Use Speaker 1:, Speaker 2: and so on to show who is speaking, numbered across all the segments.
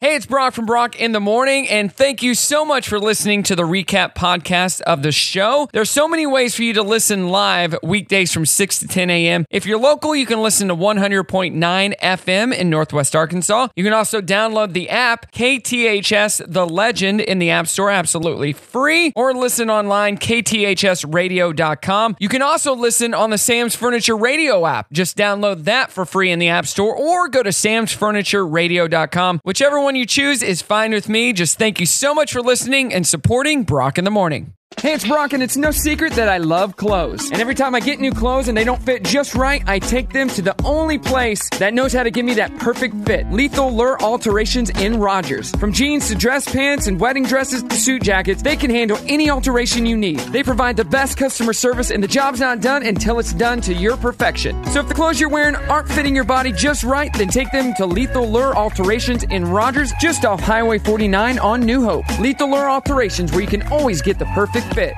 Speaker 1: Hey, it's Brock from Brock in the Morning, and thank you so much for listening to the recap podcast of the show. There's so many ways for you to listen live weekdays from 6 to 10 a.m. If you're local, you can listen to 100.9 FM in Northwest Arkansas. You can also download the app KTHS The Legend in the App Store absolutely free, or listen online kthsradio.com. You can also listen on the Sam's Furniture Radio app. Just download that for free in the App Store, or go to samsfurnitureradio.com. Whichever one you choose is fine with me. Just thank you so much for listening and supporting Brock in the Morning. Hey, it's Brock, and it's no secret that I love clothes. And every time I get new clothes and they don't fit just right, I take them to the only place that knows how to give me that perfect fit Lethal Lure Alterations in Rogers. From jeans to dress pants and wedding dresses to suit jackets, they can handle any alteration you need. They provide the best customer service, and the job's not done until it's done to your perfection. So if the clothes you're wearing aren't fitting your body just right, then take them to Lethal Lure Alterations in Rogers, just off Highway 49 on New Hope. Lethal Lure Alterations, where you can always get the perfect fit.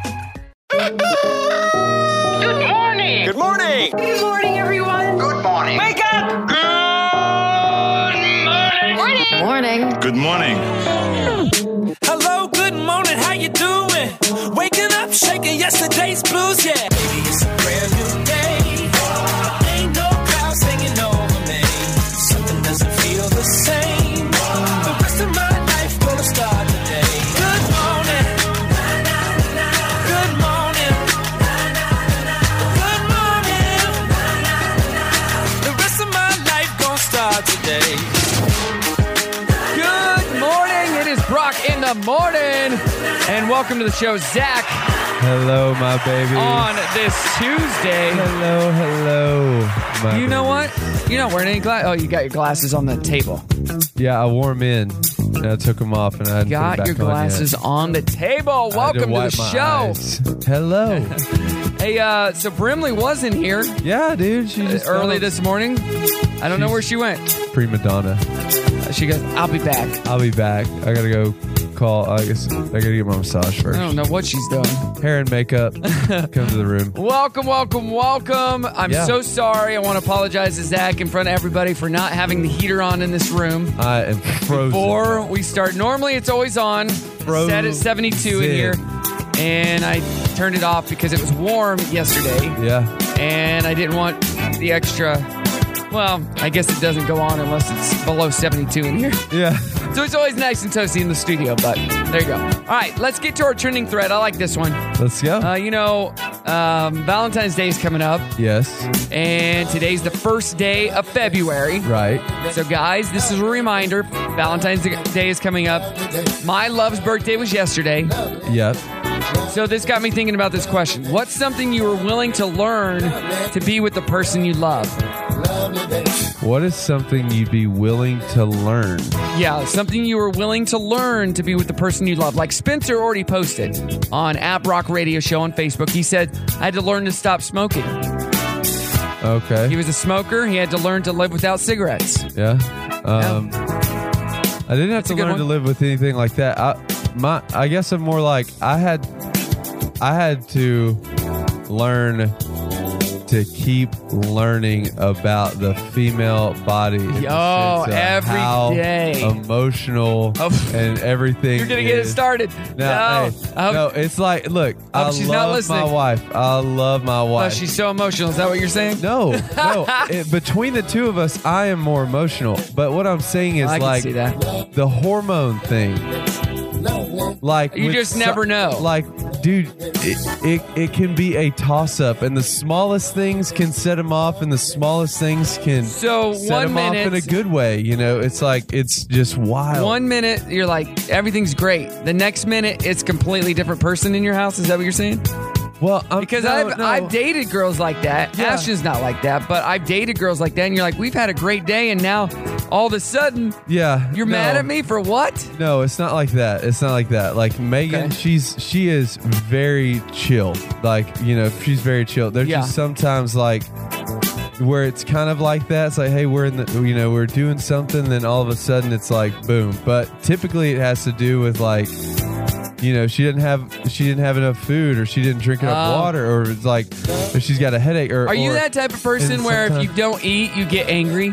Speaker 2: Good morning.
Speaker 3: Good morning.
Speaker 2: Good morning, everyone.
Speaker 3: Good morning.
Speaker 2: Wake up. Good morning. Morning.
Speaker 4: Good morning.
Speaker 5: Hello, good morning, how you doing? Waking up, shaking yesterday's blues, yeah. Baby, it's a brand new day. Ain't no clouds hanging over me. Something doesn't feel the same. The rest of my life gonna start today. Good morning. Good morning. Good morning. The rest of my life gonna start today.
Speaker 1: Good morning. It is Brock in the morning. And welcome to the show, Zach,
Speaker 6: Hello, my baby.
Speaker 1: on this Tuesday.
Speaker 6: Hello, hello. My
Speaker 1: You know
Speaker 6: baby.
Speaker 1: what? You're not wearing any glasses. Oh, you got your glasses on the table.
Speaker 6: Yeah, I wore 'em in and I took them off and I hadn't put 'em
Speaker 1: Got
Speaker 6: back
Speaker 1: your
Speaker 6: on yet.
Speaker 1: glasses on the table.
Speaker 6: I had
Speaker 1: Welcome to the
Speaker 6: wipe my
Speaker 1: show.
Speaker 6: eyes. Hello.
Speaker 1: Hey, uh, so Brimley wasn't here
Speaker 6: yeah, dude. She just
Speaker 1: early
Speaker 6: got
Speaker 1: this morning. I don't know
Speaker 6: She's-
Speaker 1: where she went.
Speaker 6: up prima donna.
Speaker 1: She goes, I'll be back.
Speaker 6: I'll be back. I gotta go call. I guess I gotta get my massage
Speaker 1: I
Speaker 6: first.
Speaker 1: don't know what she's doing.
Speaker 6: Hair and makeup. Come to the room.
Speaker 1: Welcome, welcome, welcome. I'm
Speaker 6: Yeah.
Speaker 1: so sorry. I want to apologize to Zach in front of everybody for not having the heater on in this room.
Speaker 6: I am frozen.
Speaker 1: Before we start, normally it's always on. Set at 72 in
Speaker 6: Frozen.
Speaker 1: here. And I turned it off because it was warm yesterday.
Speaker 6: Yeah.
Speaker 1: and I didn't want the extra. Well, I guess it doesn't go on unless it's below 72 in here.
Speaker 6: Yeah.
Speaker 1: So it's always nice and toasty in the studio, but there you go. All right, let's get to our trending thread. I like this one.
Speaker 6: Let's go.
Speaker 1: Uh, you know, um, Valentine's Day is coming up,
Speaker 6: yes.
Speaker 1: and today's the first day of February.
Speaker 6: Right.
Speaker 1: So, guys, this is a reminder Valentine's Day is coming up. My love's birthday was yesterday.
Speaker 6: Yep.
Speaker 1: So, this got me thinking about this question What's something you were willing to learn to be with the person you love?
Speaker 6: What is something you'd be willing to learn?
Speaker 1: Yeah, something you were willing to learn to be with the person you love. Like Spencer already posted on App Rock Radio Show on Facebook. He said, I had to learn to stop smoking.
Speaker 6: Okay.
Speaker 1: He was a smoker. He had to learn to live without cigarettes.
Speaker 6: Yeah. Um, I didn't have
Speaker 1: a
Speaker 6: to
Speaker 1: good
Speaker 6: learn to
Speaker 1: one.
Speaker 6: live with anything like that. I my I guess I'm more like I had I had to learn to keep learning about the female body. in the
Speaker 1: Yo,
Speaker 6: sense of
Speaker 1: every
Speaker 6: how
Speaker 1: day.
Speaker 6: Emotional
Speaker 1: Oh,
Speaker 6: and everything.
Speaker 1: You're going to get it
Speaker 6: is.
Speaker 1: started. no.
Speaker 6: No, hey,
Speaker 1: I hope- Oh,
Speaker 6: no, it's like look, I,
Speaker 1: she's not
Speaker 6: love my
Speaker 1: listening.
Speaker 6: wife. I love my
Speaker 1: Oh,
Speaker 6: wife.
Speaker 1: she's so emotional. Is that what you're saying?
Speaker 6: No, no. It- between the two of us, I am more emotional. But what I'm saying is
Speaker 1: I can
Speaker 6: like
Speaker 1: see that.
Speaker 6: the hormone thing. Like
Speaker 1: You
Speaker 6: with
Speaker 1: just never know.
Speaker 6: Like, dude, it, it it can be a toss up, and the smallest things can set them off, and the smallest things can
Speaker 1: So,
Speaker 6: set
Speaker 1: one
Speaker 6: 'em
Speaker 1: minute-
Speaker 6: off in a good way. You know, it's like it's just wild.
Speaker 1: One minute, you're like, everything's great. The next minute, it's completely different person in your house. Is that what you're saying?
Speaker 6: well, I'm,
Speaker 1: Because
Speaker 6: Oh, no,
Speaker 1: I've,
Speaker 6: no.
Speaker 1: I've dated girls like that.
Speaker 6: Yeah.
Speaker 1: Ashton's not like that, but I've dated girls like that. And you're like, we've had a great day. And now all of a sudden,
Speaker 6: yeah,
Speaker 1: You're mad
Speaker 6: no.
Speaker 1: at me for what?
Speaker 6: No, it's not like that. It's not like that. Like Megan,
Speaker 1: Okay.
Speaker 6: she's she is very chill. Like you know, she's very chill. There's
Speaker 1: Yeah.
Speaker 6: just sometimes like where it's kind of like that. It's like, hey, we're in the you know we're doing something, then all of a sudden it's like boom. But typically it has to do with like. You know, she didn't have she didn't have enough food, or she didn't drink enough
Speaker 1: Oh.
Speaker 6: water, or it's like, or she's got a headache, or
Speaker 1: Are you
Speaker 6: or-
Speaker 1: that type of person
Speaker 6: and
Speaker 1: where if you
Speaker 6: sometimes-
Speaker 1: don't eat, you get angry?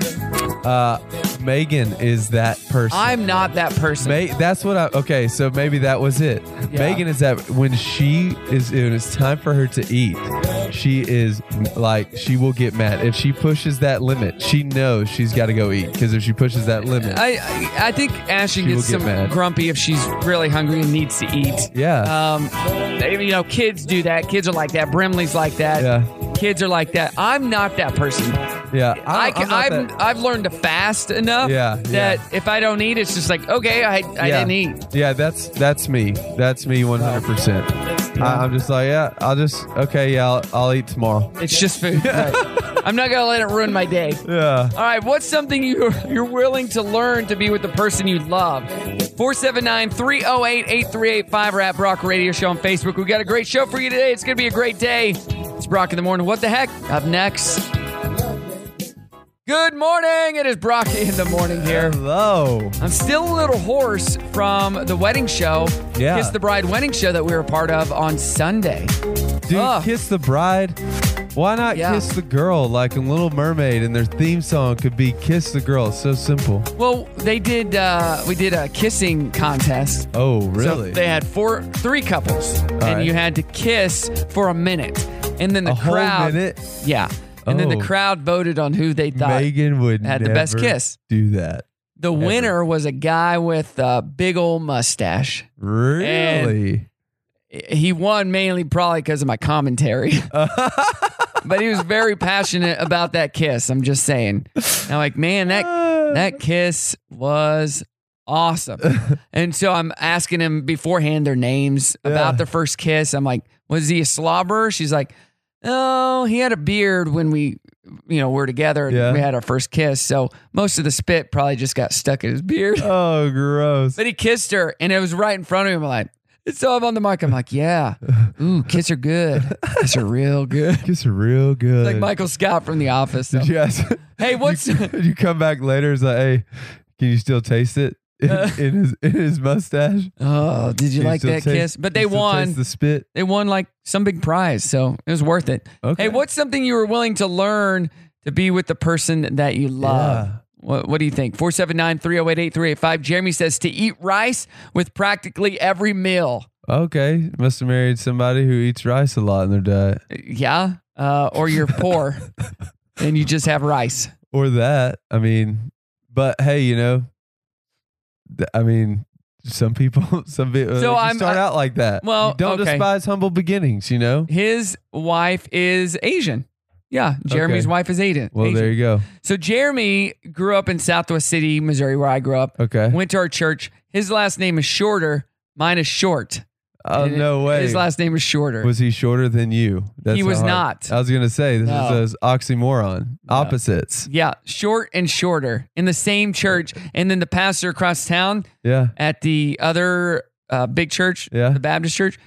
Speaker 6: Uh, Megan is that person.
Speaker 3: I'm not that person.
Speaker 6: May, that's what I. Okay, so maybe that was it.
Speaker 3: Yeah.
Speaker 6: Megan is that when she is when it's time for her to eat, she is like she will get mad if she pushes that limit. She knows she's got to go eat because if she pushes that limit,
Speaker 1: I I- I think Ashley
Speaker 6: She will
Speaker 1: gets
Speaker 6: get
Speaker 1: some
Speaker 6: mad.
Speaker 1: grumpy if she's really hungry and needs to eat.
Speaker 6: yeah,
Speaker 1: Um, they- you know, kids do that. Kids are like that. Brimley's like that.
Speaker 6: Yeah.
Speaker 1: Kids are like that. I'm not that person.
Speaker 6: yeah.
Speaker 1: uh, I
Speaker 6: don't- I'm
Speaker 1: can,
Speaker 6: not
Speaker 1: I've,
Speaker 6: that-
Speaker 1: I've learned to fast enough
Speaker 6: Yeah,
Speaker 1: that
Speaker 6: yeah.
Speaker 1: if I don't eat, it's just like, okay, I, I
Speaker 6: yeah.
Speaker 1: didn't eat.
Speaker 6: Yeah, that's that's me. That's me 100. percent I'm just like yeah. I'll just okay. Yeah, I'll, I'll eat tomorrow.
Speaker 1: It's just food. I'm not going to let it ruin my day.
Speaker 6: Yeah.
Speaker 1: All right, what's something you, you're willing to learn to be with the person you love? 479 308 8385 or at Brock Radio Show on Facebook. We've got a great show for you today. It's going to be a great day. It's Brock in the Morning. What the heck? Up next. Good morning. It is Brock in the Morning here.
Speaker 6: Hello.
Speaker 1: I'm still a little hoarse from the wedding show,
Speaker 6: Yeah.
Speaker 1: Kiss the Bride wedding show that we were a part of on Sunday.
Speaker 6: Dude,
Speaker 1: Ugh.
Speaker 6: kiss the bride. Why not
Speaker 1: Yeah.
Speaker 6: kiss the girl like in Little Mermaid? And their theme song could be "Kiss the Girl." It's so simple.
Speaker 1: Well, they did. Uh, we did a kissing contest.
Speaker 6: Oh,
Speaker 1: So
Speaker 6: really?
Speaker 1: they had four, three couples, and
Speaker 6: right.
Speaker 1: you had to kiss for a minute, and then the
Speaker 6: a
Speaker 1: crowd,
Speaker 6: whole minute.
Speaker 1: yeah, and then the
Speaker 6: Oh.
Speaker 1: crowd voted on who they thought.
Speaker 6: Megan would
Speaker 1: had the best
Speaker 6: never
Speaker 1: kiss.
Speaker 6: Do that.
Speaker 1: the winner was a guy with a big old mustache.
Speaker 6: Really?
Speaker 1: He won mainly probably because of my commentary, but he was very passionate about that kiss. I'm just saying. And I'm like, man, that that kiss was awesome. and so I'm asking him beforehand their names
Speaker 6: Yeah.
Speaker 1: about their first kiss. I'm like, was he a slobber? She's like, oh, he had a beard when we, you know, were together and
Speaker 6: Yeah.
Speaker 1: we had our first kiss. So most of the spit probably just got stuck in his beard.
Speaker 6: oh, gross.
Speaker 1: But he kissed her and it was right in front of him. I'm like, so I'm on the mic. I'm like, yeah. Ooh, kiss her good. Kiss her real good.
Speaker 6: Kiss her real good.
Speaker 1: Like Michael Scott from The Office. So,
Speaker 6: Yes.
Speaker 1: Hey, what's
Speaker 6: you come back later. It's like, hey, can you still taste it in, in his in his mustache? Can
Speaker 1: Oh, did Uh. you like
Speaker 6: still
Speaker 1: that
Speaker 6: taste-
Speaker 1: kiss? But they
Speaker 6: you still
Speaker 1: won.
Speaker 6: taste the spit.
Speaker 1: they won like some big prize, so it was worth it.
Speaker 6: Okay.
Speaker 1: Hey, what's something you were willing to learn to be with the person that you love?
Speaker 6: Yeah.
Speaker 1: What, what do you think? 479 308 8385. Jeremy says to eat rice with practically every meal.
Speaker 6: Okay, must have married somebody who eats rice a lot in their diet,
Speaker 1: Yeah. Uh, or you're poor and you just have rice.
Speaker 6: or that. I mean, but hey, you know, th- I mean, some people, some people
Speaker 1: So
Speaker 6: like, you
Speaker 1: I'm-
Speaker 6: start
Speaker 1: I-
Speaker 6: out like that.
Speaker 1: well,
Speaker 6: You don't
Speaker 1: okay.
Speaker 6: despise humble beginnings, you know.
Speaker 1: His wife is Asian. Yeah. Jeremy's
Speaker 6: Okay.
Speaker 1: wife is Asian.
Speaker 6: Well,
Speaker 1: Asian.
Speaker 6: there you go.
Speaker 1: So Jeremy grew up in Southwest City, Missouri, where I grew up.
Speaker 6: Okay.
Speaker 1: Went to our church. His last name is shorter. Mine is short.
Speaker 6: Oh
Speaker 1: And
Speaker 6: no way.
Speaker 1: His last name is shorter.
Speaker 6: was he shorter than you? That's
Speaker 1: He
Speaker 6: how
Speaker 1: was
Speaker 6: hard-
Speaker 1: not.
Speaker 6: I was gonna say this
Speaker 1: No.
Speaker 6: is an oxymoron, opposites.
Speaker 1: yeah, short and shorter in the same church. And then the pastor across town
Speaker 6: Yeah.
Speaker 1: at the other uh, big church,
Speaker 6: Yeah.
Speaker 1: the Baptist church,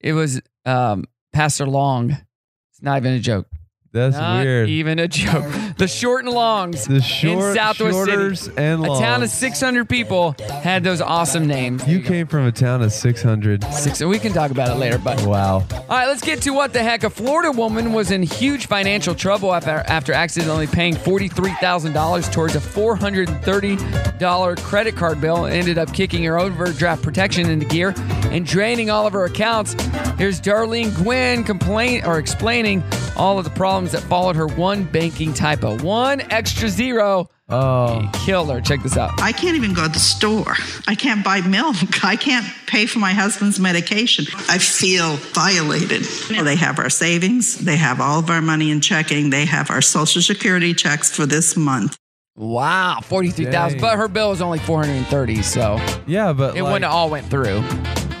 Speaker 1: it was um, Pastor Long. It's not even a joke.
Speaker 6: That's
Speaker 1: not
Speaker 6: weird.
Speaker 1: even a joke. The short and longs
Speaker 6: the short,
Speaker 1: in Southwest
Speaker 6: shorters
Speaker 1: City.
Speaker 6: and longs.
Speaker 1: A town of 600 people had those awesome names.
Speaker 6: You came from a town of six hundred.
Speaker 1: Six, we can talk about it later, but
Speaker 6: Wow.
Speaker 1: All right, let's get to what the heck. A Florida woman was in huge financial trouble after, after accidentally paying $43,000 towards a $430 credit card bill and ended up kicking her overdraft protection into gear and draining all of her accounts. Here's Darlene Gwynn complain or explaining all of the problems that followed her one banking typo. One extra zero
Speaker 6: Oh.
Speaker 1: killed her. Check this out.
Speaker 4: I can't even go to the store. I can't buy milk. I can't pay for my husband's medication. I feel violated. Well, they have our savings. They have all of our money in checking. They have our social security checks for this month.
Speaker 1: Wow, 43,000,
Speaker 6: Dang.
Speaker 1: but her bill was only 430, so
Speaker 6: Yeah, but
Speaker 1: it
Speaker 6: like,
Speaker 1: wouldn't all went through.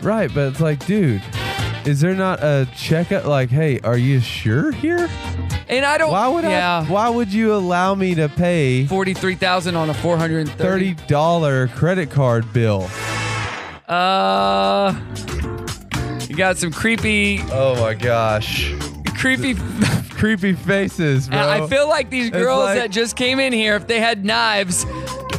Speaker 6: Right, but it's like, dude, is there not a checkup? Like, hey, are you sure here?
Speaker 1: And I don't
Speaker 6: Why would
Speaker 1: yeah.
Speaker 6: I? Why would you allow me to pay
Speaker 1: Forty-three thousand on a four hundred and
Speaker 6: thirty
Speaker 1: thirty.
Speaker 6: dollar credit card bill?
Speaker 1: Uh, you got some creepy,
Speaker 6: Oh my gosh,
Speaker 1: creepy.
Speaker 6: creepy faces, bro.
Speaker 1: I feel like these girls
Speaker 6: like-
Speaker 1: that just came in here, if they had knives,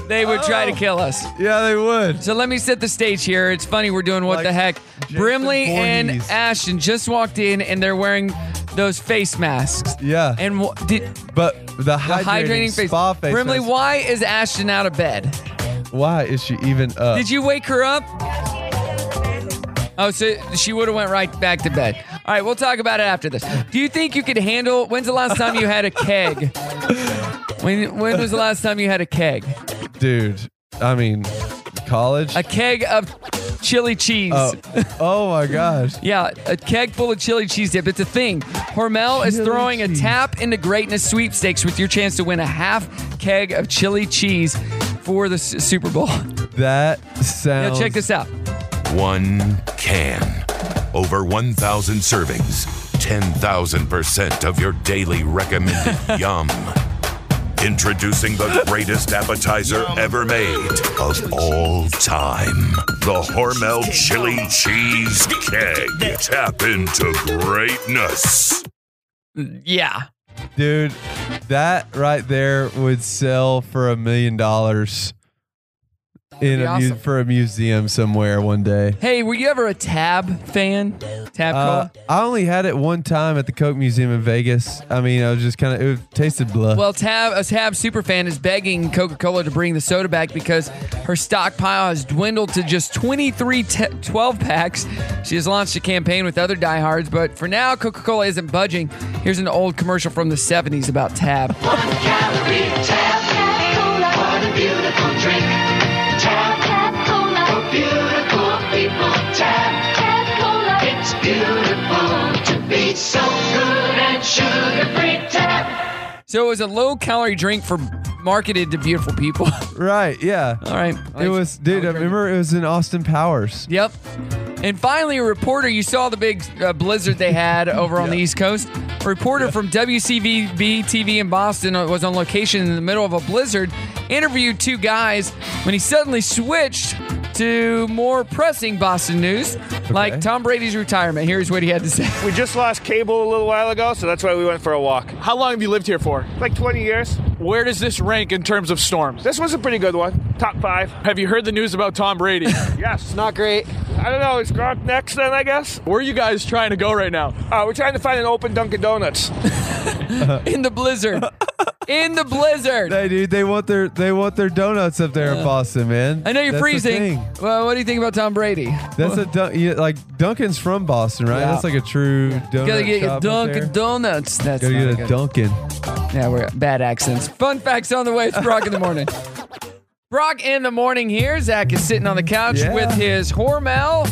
Speaker 1: they would try to
Speaker 6: Oh.
Speaker 1: kill us.
Speaker 6: yeah, they would.
Speaker 1: So let me set the stage here. It's funny we're doing what
Speaker 6: Like
Speaker 1: the heck.
Speaker 6: Jason
Speaker 1: Brimley and
Speaker 6: Voorhees.
Speaker 1: Ashton just walked in, and they're wearing those face masks.
Speaker 6: Yeah.
Speaker 1: And wha- did,
Speaker 6: but the
Speaker 1: the
Speaker 6: hydrating,
Speaker 1: hydrating face.
Speaker 6: spa face.
Speaker 1: Brimley,
Speaker 6: mask,
Speaker 1: why is Ashton out of bed?
Speaker 6: why is she even up?
Speaker 1: Did you wake her up? Oh, so she would have went right back to bed. All right, we'll talk about it after this. Do you think you could handle? When's the last time you had a keg? When when was the last time you had a keg?
Speaker 6: Dude, I mean, college?
Speaker 1: A keg of chili cheese.
Speaker 6: oh, oh my gosh.
Speaker 1: Yeah, a keg full of chili cheese dip. It's a thing. Hormel is
Speaker 6: Chili
Speaker 1: throwing
Speaker 6: cheese.
Speaker 1: a tap into greatness sweepstakes with your chance to win a half keg of chili cheese for the S- Super Bowl.
Speaker 6: That
Speaker 1: Now
Speaker 6: sounds.
Speaker 1: check this out.
Speaker 3: One can. Over 1,000 servings. 10,000% of your daily recommended yum. Introducing the greatest appetizer ever made of all time the Hormel Chili Cheese Keg. Tap into greatness.
Speaker 1: Yeah.
Speaker 6: Dude, that right there would sell for a million dollars in
Speaker 1: be
Speaker 6: a mu-
Speaker 1: awesome.
Speaker 6: for a museum somewhere one day.
Speaker 1: Hey, were you ever a Tab fan? Tab
Speaker 6: Uh,
Speaker 1: Cola?
Speaker 6: I only had it one time at the Coke Museum in Vegas. I mean, I was just kind of it tasted blood.
Speaker 1: Well, Tab, a Tab super fan is begging Coca Cola to bring the soda back because her stockpile has dwindled to just 23 te- 12 packs. She has launched a campaign with other diehards, but for now, Coca Cola isn't budging. Here's an old commercial from the 70s about Tab. So it was a low calorie drink for marketed to beautiful people. All
Speaker 6: right, yeah.
Speaker 1: right.
Speaker 6: It was, dude. I remember it was in Austin Powers.
Speaker 1: Yep. And finally, a reporter, you saw the big uh, blizzard they had over on the East Coast. A reporter from WCVB TV in Boston uh, was on location in the middle of a blizzard, interviewed two guys when he suddenly switched to more pressing Boston news, like Tom Brady's retirement. Here's what he had to say.
Speaker 7: We just lost cable a little while ago, so that's why we went for a walk.
Speaker 8: How long have you lived here for?
Speaker 7: Like 20 years.
Speaker 8: Where does this rank in terms of storms?
Speaker 7: This was a pretty good one. Top five.
Speaker 8: Have you heard the news about Tom Brady?
Speaker 7: Yes. Not great. I don't know. Is Gronk next then, I guess?
Speaker 8: Where are you guys trying to go right now?
Speaker 7: Uh, we're trying to find an open Dunkin' Donuts.
Speaker 1: In the blizzard. In the blizzard.
Speaker 6: Hey, dude, they want their they want their donuts up there in Boston, man.
Speaker 1: I know you're
Speaker 6: That's the
Speaker 1: freezing.
Speaker 6: thing.
Speaker 1: Well, what do you think about Tom Brady?
Speaker 6: That's a dun- yeah, like Duncan's from Boston, right?
Speaker 1: Yeah.
Speaker 6: That's like a true donut
Speaker 1: Gotta get your
Speaker 6: shop up there.
Speaker 1: Dunkin' Donuts. That's
Speaker 6: Gotta
Speaker 1: not
Speaker 6: get
Speaker 1: good-
Speaker 6: a Dunkin'.
Speaker 1: Yeah, we're bad accents. Fun facts on the way. It's Brock in the morning. Brock in the morning here. Zach is sitting on the couch
Speaker 6: Yeah.
Speaker 1: with his Hormel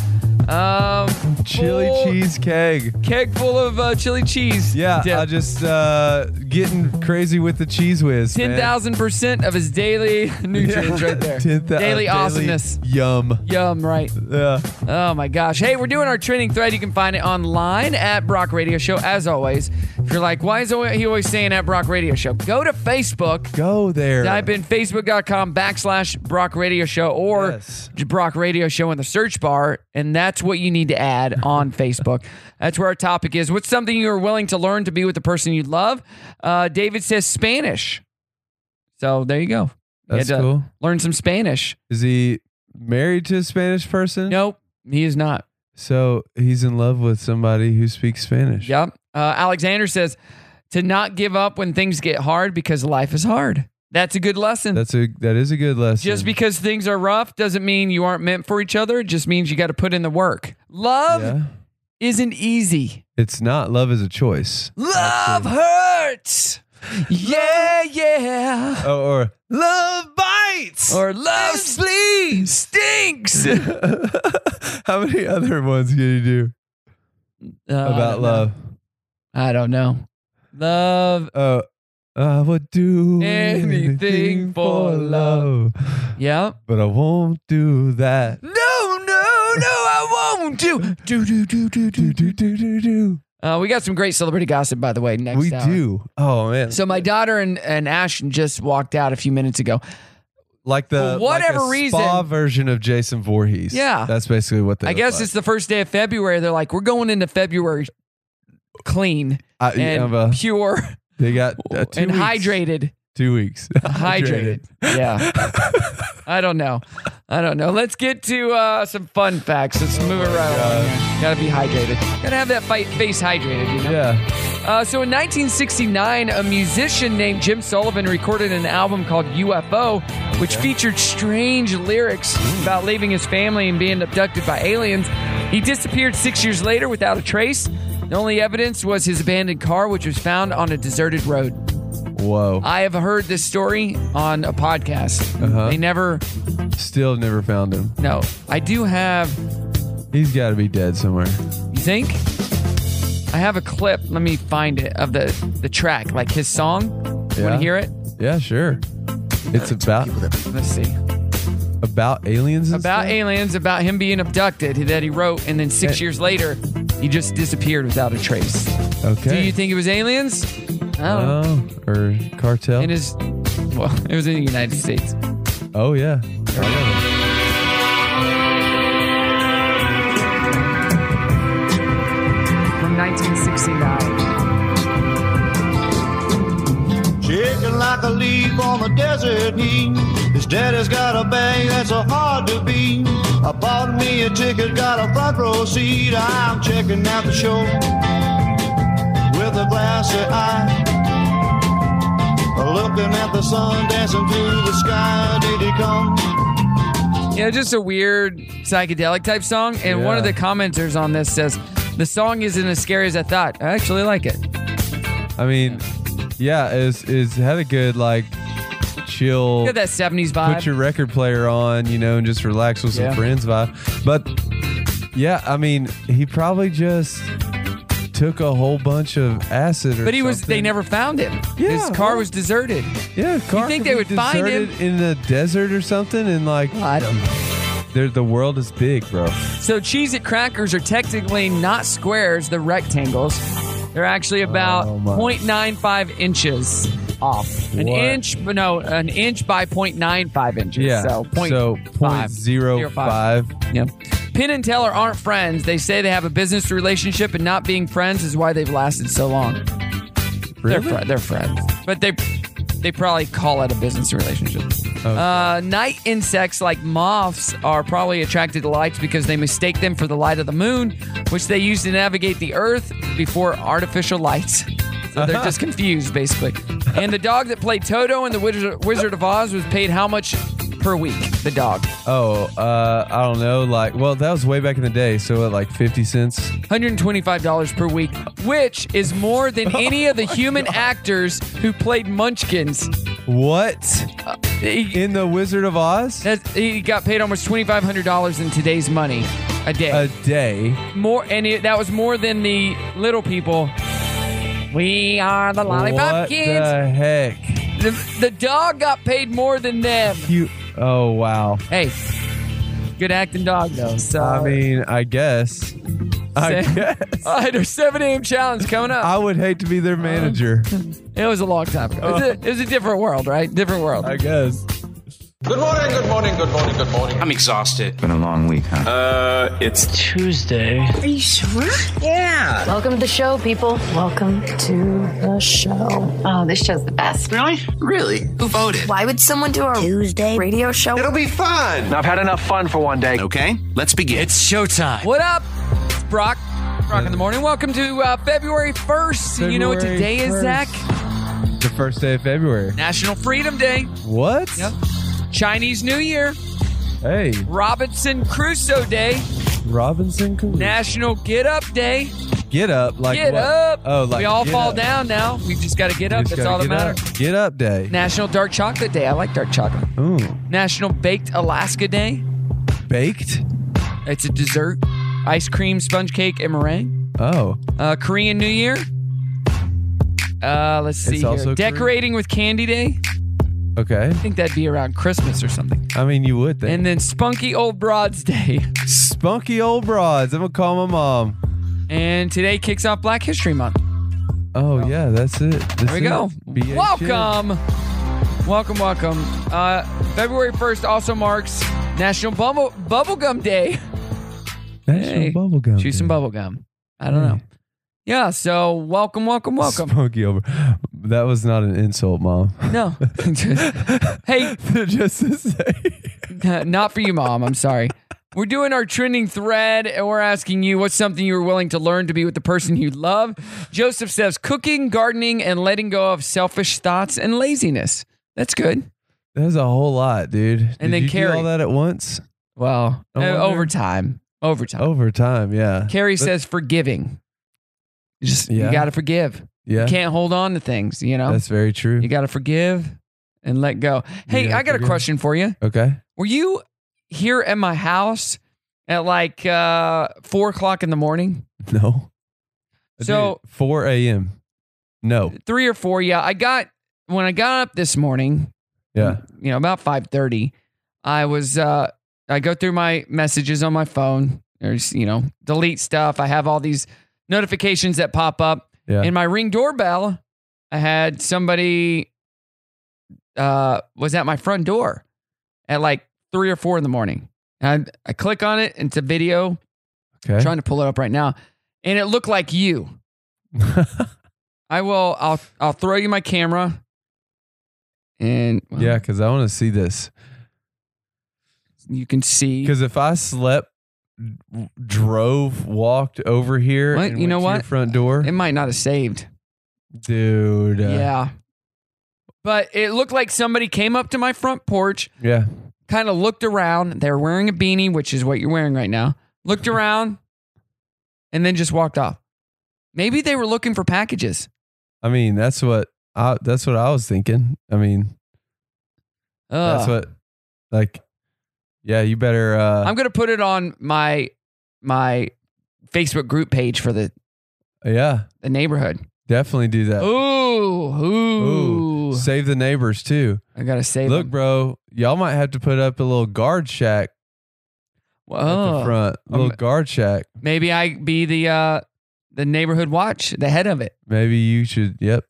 Speaker 1: um,
Speaker 6: Chili
Speaker 1: full
Speaker 6: cheese keg.
Speaker 1: keg full of uh, chili cheese.
Speaker 6: Yeah,
Speaker 1: dip.
Speaker 6: I just uh, getting crazy with the cheese whiz. man.
Speaker 1: ten thousand percent of his daily nutrients right there.
Speaker 6: 10,000
Speaker 1: daily awesomeness.
Speaker 6: uh, Yum.
Speaker 1: Yum, right.
Speaker 6: Yeah.
Speaker 1: Oh my gosh. Hey, we're doing our trending thread. You can find it online at Brock Radio Show, as always. If you're like, why is he always saying at Brock Radio Show? Go to Facebook.
Speaker 6: Go there.
Speaker 1: Type in facebook.com backslash Brock Radio Show or
Speaker 6: Yes.
Speaker 1: Brock Radio Show in the search bar, and that's what you need to add on Facebook. That's where our topic is. What's something you're willing to learn to be with the person you love? Uh, David says Spanish. So there you go. You
Speaker 6: That's
Speaker 1: had to
Speaker 6: cool.
Speaker 1: Learn some Spanish.
Speaker 6: Is he married to a Spanish person?
Speaker 1: Nope, he is not.
Speaker 6: So he's in love with somebody who speaks Spanish.
Speaker 1: Yep. Uh, Alexander says to not give up when things get hard because life is hard. That's a good lesson.
Speaker 6: That's a that is a good lesson.
Speaker 1: Just because things are rough doesn't mean you aren't meant for each other. It just means you got to put in the work. Love
Speaker 6: Yeah.
Speaker 1: isn't easy.
Speaker 6: It's not love is a choice.
Speaker 1: Love hurts. Yeah, yeah.
Speaker 6: Oh, or love bites.
Speaker 1: Or love sleep stinks. Uh,
Speaker 6: How many other ones can you do
Speaker 1: I
Speaker 6: about
Speaker 1: don't know.
Speaker 6: love?
Speaker 1: I don't know. Love.
Speaker 6: Oh, I would do
Speaker 1: Anything for Yeah.
Speaker 6: but I won't do that.
Speaker 1: No, no, no, I won't do.
Speaker 6: Do do do do do do do do do.
Speaker 1: Uh, we got some great celebrity gossip, by the way. Next
Speaker 6: We
Speaker 1: hour.
Speaker 6: do. Oh man!
Speaker 1: So my daughter and, and Ashton just walked out a few minutes ago.
Speaker 6: like the
Speaker 1: for whatever
Speaker 6: like a spa
Speaker 1: reason-
Speaker 6: version of Jason Voorhees.
Speaker 1: Yeah.
Speaker 6: that's basically what they.
Speaker 1: I
Speaker 6: look
Speaker 1: guess
Speaker 6: like.
Speaker 1: it's the first day of February. They're like, we're going into February clean
Speaker 6: I,
Speaker 1: and
Speaker 6: yeah, but
Speaker 1: pure
Speaker 6: they got uh, two
Speaker 1: and
Speaker 6: weeks.
Speaker 1: hydrated.
Speaker 6: Two weeks.
Speaker 1: hydrated. Yeah. I don't know. I don't know. Let's get to uh, some fun facts. Let's move it right
Speaker 6: Oh
Speaker 1: along. Gotta be hydrated. Gotta have that fight face hydrated, you know?
Speaker 6: Yeah.
Speaker 1: Uh, so in 1969, a musician named Jim Sullivan recorded an album called UFO, which featured strange lyrics about leaving his family and being abducted by aliens. He disappeared six years later without a trace. The only evidence was his abandoned car, which was found on a deserted road.
Speaker 6: Whoa.
Speaker 1: I have heard this story on a podcast. They never,
Speaker 6: Still never found him.
Speaker 1: no. I do have,
Speaker 6: He's got to be dead somewhere.
Speaker 1: you think? I have a clip. Let me find it of the, the track, like his song. You want
Speaker 6: Yeah.
Speaker 1: to hear it?
Speaker 6: Yeah, sure. It's about
Speaker 1: Let's see.
Speaker 6: about aliens. and
Speaker 1: about
Speaker 6: stuff?
Speaker 1: aliens, about him being abducted that he wrote, and then six
Speaker 6: Yeah.
Speaker 1: years later, he just disappeared without a trace.
Speaker 6: Okay.
Speaker 1: Do you think it was aliens? I don't know.
Speaker 6: Oh, or cartel.
Speaker 1: In his, well, it was in the United States.
Speaker 6: oh yeah.
Speaker 1: From 1969.
Speaker 9: Shaking like a leaf on a desert heat. His daddy's got a bang that's so hard to beat. I bought me a ticket, got a front row seat. I'm checking out the show with a glassy eye. Looking at the sun dancing through the sky. Did he come?
Speaker 1: Yeah, just a weird psychedelic type song. And one of
Speaker 6: Yeah.
Speaker 1: the commenters on this says, the song isn't as scary as I thought. I actually like it.
Speaker 6: I mean, yeah, is is had a good like chill.
Speaker 1: Look at that 70s
Speaker 6: Put
Speaker 1: vibe.
Speaker 6: your record player on, you know, and just relax with some
Speaker 1: Yeah.
Speaker 6: friends vibe. But yeah, I mean, he probably just took a whole bunch of acid or
Speaker 1: but he was, they
Speaker 6: something.
Speaker 1: never found him.
Speaker 6: Yeah,
Speaker 1: His car
Speaker 6: well-
Speaker 1: was deserted.
Speaker 6: Yeah, car
Speaker 1: think
Speaker 6: could
Speaker 1: they
Speaker 6: be
Speaker 1: would find him?
Speaker 6: deserted in the desert or something? And like,
Speaker 1: I don't know.
Speaker 6: they're- the world is big, bro.
Speaker 1: So Cheez It crackers are technically not squares, they're rectangles. They're actually about
Speaker 6: Oh, my.
Speaker 1: 0.95 inches off. An
Speaker 6: What?
Speaker 1: inch, but no, an inch by 0.95 inches.
Speaker 6: Yeah.
Speaker 1: So, point
Speaker 6: so
Speaker 1: five.
Speaker 6: point zero five.
Speaker 1: Yeah. Penn and Teller aren't friends. They say they have a business relationship, and not being friends is why they've lasted so long. They're,
Speaker 6: Really?
Speaker 1: fri- they're friends. But they they probably call it a business relationship. Uh, night insects like moths are probably attracted to lights because they mistake them for the light of the moon, which they use to navigate the earth before artificial lights. So they're just confused, basically. And the dog that played Toto in The Wizard, Wizard of Oz was paid how much per week? The dog.
Speaker 6: Oh, uh, I don't know. Like, well, that was way back in the day. So at like fifty cents.
Speaker 1: $125 per week, which is more than any of the human actors who played Munchkins.
Speaker 6: What
Speaker 1: He,
Speaker 6: in the Wizard of Oz?
Speaker 1: that- he got paid almost $2,500 in today's money a day.
Speaker 6: A day.
Speaker 1: more, and it, that was more than the little people. We are the lollipop
Speaker 6: what
Speaker 1: kids.
Speaker 6: the heck?
Speaker 1: The, the dog got paid more than them.
Speaker 6: You. Oh wow.
Speaker 1: Hey, good acting dog though. So
Speaker 6: I mean, I guess. I
Speaker 1: Uh, Sam-
Speaker 6: guess.
Speaker 1: all right, our 7 a.m. challenge coming up.
Speaker 6: I would hate to be their manager.
Speaker 1: it was a long time ago. It was a, it was a different world, right? Different world.
Speaker 6: I guess.
Speaker 10: Good morning, good morning, good morning, good morning. I'm exhausted. Been a long week, huh? Uh, it's Tuesday.
Speaker 2: Welcome to the show, people. Welcome to the show. Oh, this show's the best. Really?
Speaker 10: Really? Who voted?
Speaker 2: Why would someone do a Tuesday radio show?
Speaker 10: It'll be fun. I've had enough fun for one day. Okay, let's begin. It's showtime.
Speaker 1: What up? It's Brock. Brock in the morning. Welcome to uh, February 1st. you know what
Speaker 6: February
Speaker 1: today is,
Speaker 6: 1st.
Speaker 1: Zach?
Speaker 6: The first day of February.
Speaker 1: National Freedom Day,
Speaker 6: What?
Speaker 1: Yep. Chinese New Year,
Speaker 6: Hey,
Speaker 1: Robinson Crusoe Day,
Speaker 6: Robinson Crusoe.
Speaker 1: National Get Up Day.
Speaker 6: get up, like
Speaker 1: get
Speaker 6: what?
Speaker 1: up.
Speaker 6: Oh, like
Speaker 1: we all
Speaker 6: get
Speaker 1: fall
Speaker 6: up.
Speaker 1: down now. We just got to get
Speaker 6: You
Speaker 1: up.
Speaker 6: just
Speaker 1: That's
Speaker 6: gotta
Speaker 1: all that
Speaker 6: get up.
Speaker 1: matters.
Speaker 6: Get up day.
Speaker 1: National Dark Chocolate Day. I like dark chocolate.
Speaker 6: Ooh,
Speaker 1: National Baked Alaska Day.
Speaker 6: baked.
Speaker 1: It's a dessert. Ice cream, sponge cake, and meringue.
Speaker 6: Oh,
Speaker 1: Uh, Korean New Year. Uh, let's see here.
Speaker 6: also Korean.
Speaker 1: Decorating with Candy Day.
Speaker 6: okay.
Speaker 1: I think that'd be around Christmas or something.
Speaker 6: I mean, you would think.
Speaker 1: And then Spunky Old Broads Day.
Speaker 6: spunky old broads. I'm gonna call my mom.
Speaker 1: And today kicks off Black History Month.
Speaker 6: Oh yeah, that's it. That's
Speaker 1: There we go.
Speaker 6: it. BHN.
Speaker 1: Welcome. Welcome, welcome. Uh, February 1st also marks National Bubble Bubblegum Day.
Speaker 6: National
Speaker 1: Hey,
Speaker 6: bubblegum.
Speaker 1: Chew some
Speaker 6: Day.
Speaker 1: bubblegum. I don't know. Yeah. So welcome, welcome, welcome.
Speaker 6: Smokey over. That was not an insult, mom.
Speaker 1: No. hey.
Speaker 6: Just to
Speaker 1: say. Not for you, mom. I'm sorry. We're doing our trending thread and we're asking you what's something you were willing to learn to be with the person you love. Joseph says cooking, gardening, and letting go of selfish thoughts and laziness. That's good.
Speaker 6: That's a whole lot, dude. And
Speaker 1: then
Speaker 6: you
Speaker 1: Carrie.
Speaker 6: do all that at once.
Speaker 1: Well,
Speaker 6: I wonder.
Speaker 1: Uh, over time. Over time.
Speaker 6: Over time, yeah.
Speaker 1: Carrie
Speaker 6: But-
Speaker 1: says forgiving. You Just
Speaker 6: Yeah.
Speaker 1: you got to forgive.
Speaker 6: Yeah.
Speaker 1: You can't hold on to things, you know.
Speaker 6: That's very true.
Speaker 1: you got to forgive and let go. Hey,
Speaker 6: gotta
Speaker 1: I got a
Speaker 6: forgive.
Speaker 1: question for you.
Speaker 6: Okay.
Speaker 1: Were you here at my house at like uh, four o'clock in the morning?
Speaker 6: No.
Speaker 1: So- Uh,
Speaker 6: Dude, 4 a.m. No.
Speaker 1: Three or four? Yeah, I got when I got up this morning.
Speaker 6: Yeah.
Speaker 1: you know, about five thirty. I was uh, I go through my messages on my phone. There's you know, delete stuff. I have all these notifications that pop up.
Speaker 6: Yeah.
Speaker 1: In my ring doorbell, I had somebody uh, was at my front door at like three or four in the morning. And I, I click on it. and It's a video.
Speaker 6: Okay.
Speaker 1: trying to pull it up right now, and it looked like you. I will. I'll. I'll throw you my camera. And well,
Speaker 6: yeah, because I want to see this.
Speaker 1: you can see.
Speaker 6: Because if I slept, d- drove, walked over here,
Speaker 1: What?
Speaker 6: and
Speaker 1: You
Speaker 6: went
Speaker 1: know
Speaker 6: to your
Speaker 1: what?
Speaker 6: front door,
Speaker 1: It might not have saved.
Speaker 6: dude. uh,
Speaker 1: Yeah. But it looked like somebody came up to my front porch,
Speaker 6: yeah.
Speaker 1: kind of looked around. They were wearing a beanie, which is what you're wearing right now. Looked around and then just walked off. Maybe they were looking for packages.
Speaker 6: I mean, that's what I. That's what I was thinking. I mean,
Speaker 1: Ugh.
Speaker 6: that's what. Like, yeah, you better. uh
Speaker 1: I'm gonna put it on my my Facebook group page for the,
Speaker 6: Yeah,
Speaker 1: the neighborhood.
Speaker 6: definitely do that.
Speaker 1: Ooh, ooh,
Speaker 6: Ooh, save the neighbors too.
Speaker 1: I gotta save.
Speaker 6: Look, bro, y'all might have to put up a little guard shack at the
Speaker 1: Whoa.
Speaker 6: front. A little
Speaker 1: Um,
Speaker 6: guard shack.
Speaker 1: Maybe I be the uh the neighborhood watch, the head of it.
Speaker 6: Maybe you should. Yep,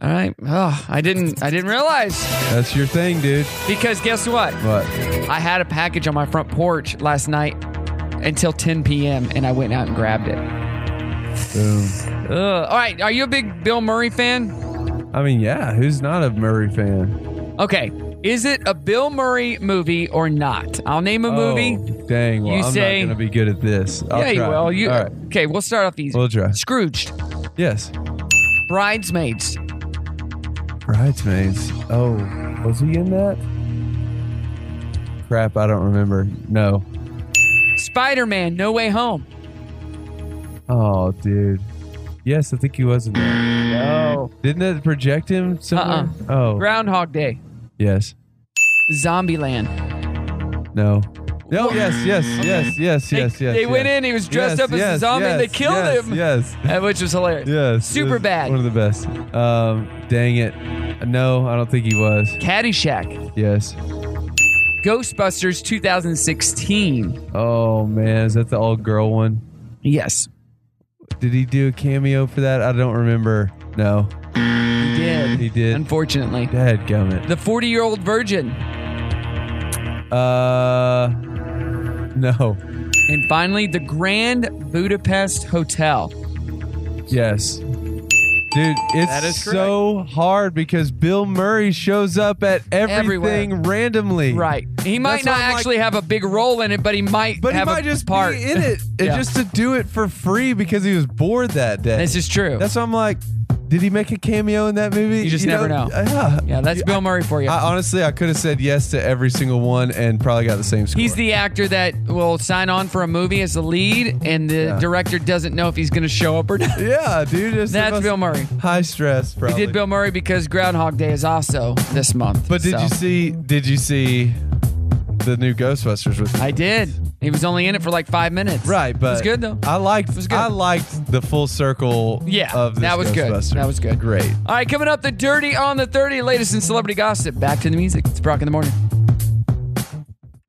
Speaker 1: All right. Oh, I didn't I didn't realize
Speaker 6: that's your thing, dude.
Speaker 1: because guess what?
Speaker 6: What?
Speaker 1: I had a package on my front porch last night until 10 p.m. and I went out and grabbed it.
Speaker 6: Boom.
Speaker 1: Ugh. All right, are you a big Bill Murray fan?
Speaker 6: I mean, yeah, who's not a Murray fan?
Speaker 1: Okay. Is it a Bill Murray movie or not? I'll name a movie.
Speaker 6: Oh, dang, well,
Speaker 1: You
Speaker 6: I'm
Speaker 1: say-
Speaker 6: not gonna be good at this. I'll
Speaker 1: yeah,
Speaker 6: try.
Speaker 1: you will. You
Speaker 6: All right,
Speaker 1: Okay, we'll start off easy.
Speaker 6: we'll try.
Speaker 1: Scrooged,
Speaker 6: Yes,
Speaker 1: Bridesmaids,
Speaker 6: bridesmaids. Oh, was he in that? Crap, I don't remember. No.
Speaker 1: Spider-Man, No Way Home.
Speaker 6: Oh, dude. Yes, I think he was in that. No. Didn't that project him somewhere?
Speaker 1: Uh-uh.
Speaker 6: Oh,
Speaker 1: Groundhog Day,
Speaker 6: yes.
Speaker 1: Zombieland.
Speaker 6: No. No. Yes. Yes. Yes. Yes.
Speaker 1: They-
Speaker 6: Yes. Yes.
Speaker 1: they went
Speaker 6: yes.
Speaker 1: in, he was dressed up as a zombie, and they killed
Speaker 6: yes,
Speaker 1: him.
Speaker 6: Yes.
Speaker 1: uh, Which was hilarious.
Speaker 6: Yes. it was
Speaker 1: Superbad.
Speaker 6: One of the best. Um, dang it. No, I don't think he was.
Speaker 1: Caddyshack,
Speaker 6: Yes.
Speaker 1: Ghostbusters 2016.
Speaker 6: Oh man, is that the all girl one?
Speaker 1: Yes,
Speaker 6: Did he do a cameo for that? I don't remember. No,
Speaker 1: he did.
Speaker 6: he did.
Speaker 1: Unfortunately,
Speaker 6: Dad gummit.
Speaker 1: the 40 year old virgin.
Speaker 6: Uh, no.
Speaker 1: And finally, the Grand Budapest Hotel.
Speaker 6: Yes. Dude, it's
Speaker 1: That is correct.
Speaker 6: so hard because Bill Murray shows up at everything
Speaker 1: Everywhere.
Speaker 6: randomly.
Speaker 1: Right. He might
Speaker 6: That's
Speaker 1: not
Speaker 6: why I'm like-
Speaker 1: actually have a big role in it, but he might
Speaker 6: But he
Speaker 1: have
Speaker 6: might
Speaker 1: a
Speaker 6: just
Speaker 1: part.
Speaker 6: be in it and
Speaker 1: Yeah.
Speaker 6: just to do it for free because he was bored that day.
Speaker 1: This is true.
Speaker 6: That's why I'm like, did he make a cameo in that movie?
Speaker 1: You just never know.
Speaker 6: Yeah.
Speaker 1: yeah, that's Bill Murray for you.
Speaker 6: I honestly, I could have said yes to every single one and probably got the same score.
Speaker 1: He's the actor that will sign on for a movie as the lead, and the director doesn't know if he's going to show up or not.
Speaker 6: yeah, dude. it's the
Speaker 1: That's
Speaker 6: most
Speaker 1: Bill Murray.
Speaker 6: High stress. Probably.
Speaker 1: He did Bill Murray because Groundhog Day is also this month.
Speaker 6: But did
Speaker 1: so.
Speaker 6: you see? Did you see the new Ghostbusters with?
Speaker 1: I did. He was only in it for like five minutes.
Speaker 6: Right, but
Speaker 1: it was good though.
Speaker 6: I liked.
Speaker 1: was good.
Speaker 6: I liked the full circle.
Speaker 1: Yeah,
Speaker 6: of this
Speaker 1: that was good.
Speaker 6: Ghostbusters.
Speaker 1: That was good.
Speaker 6: Great.
Speaker 1: All right, coming up, the dirty on the thirty, latest in celebrity gossip. Back to the music. It's Brock in the morning.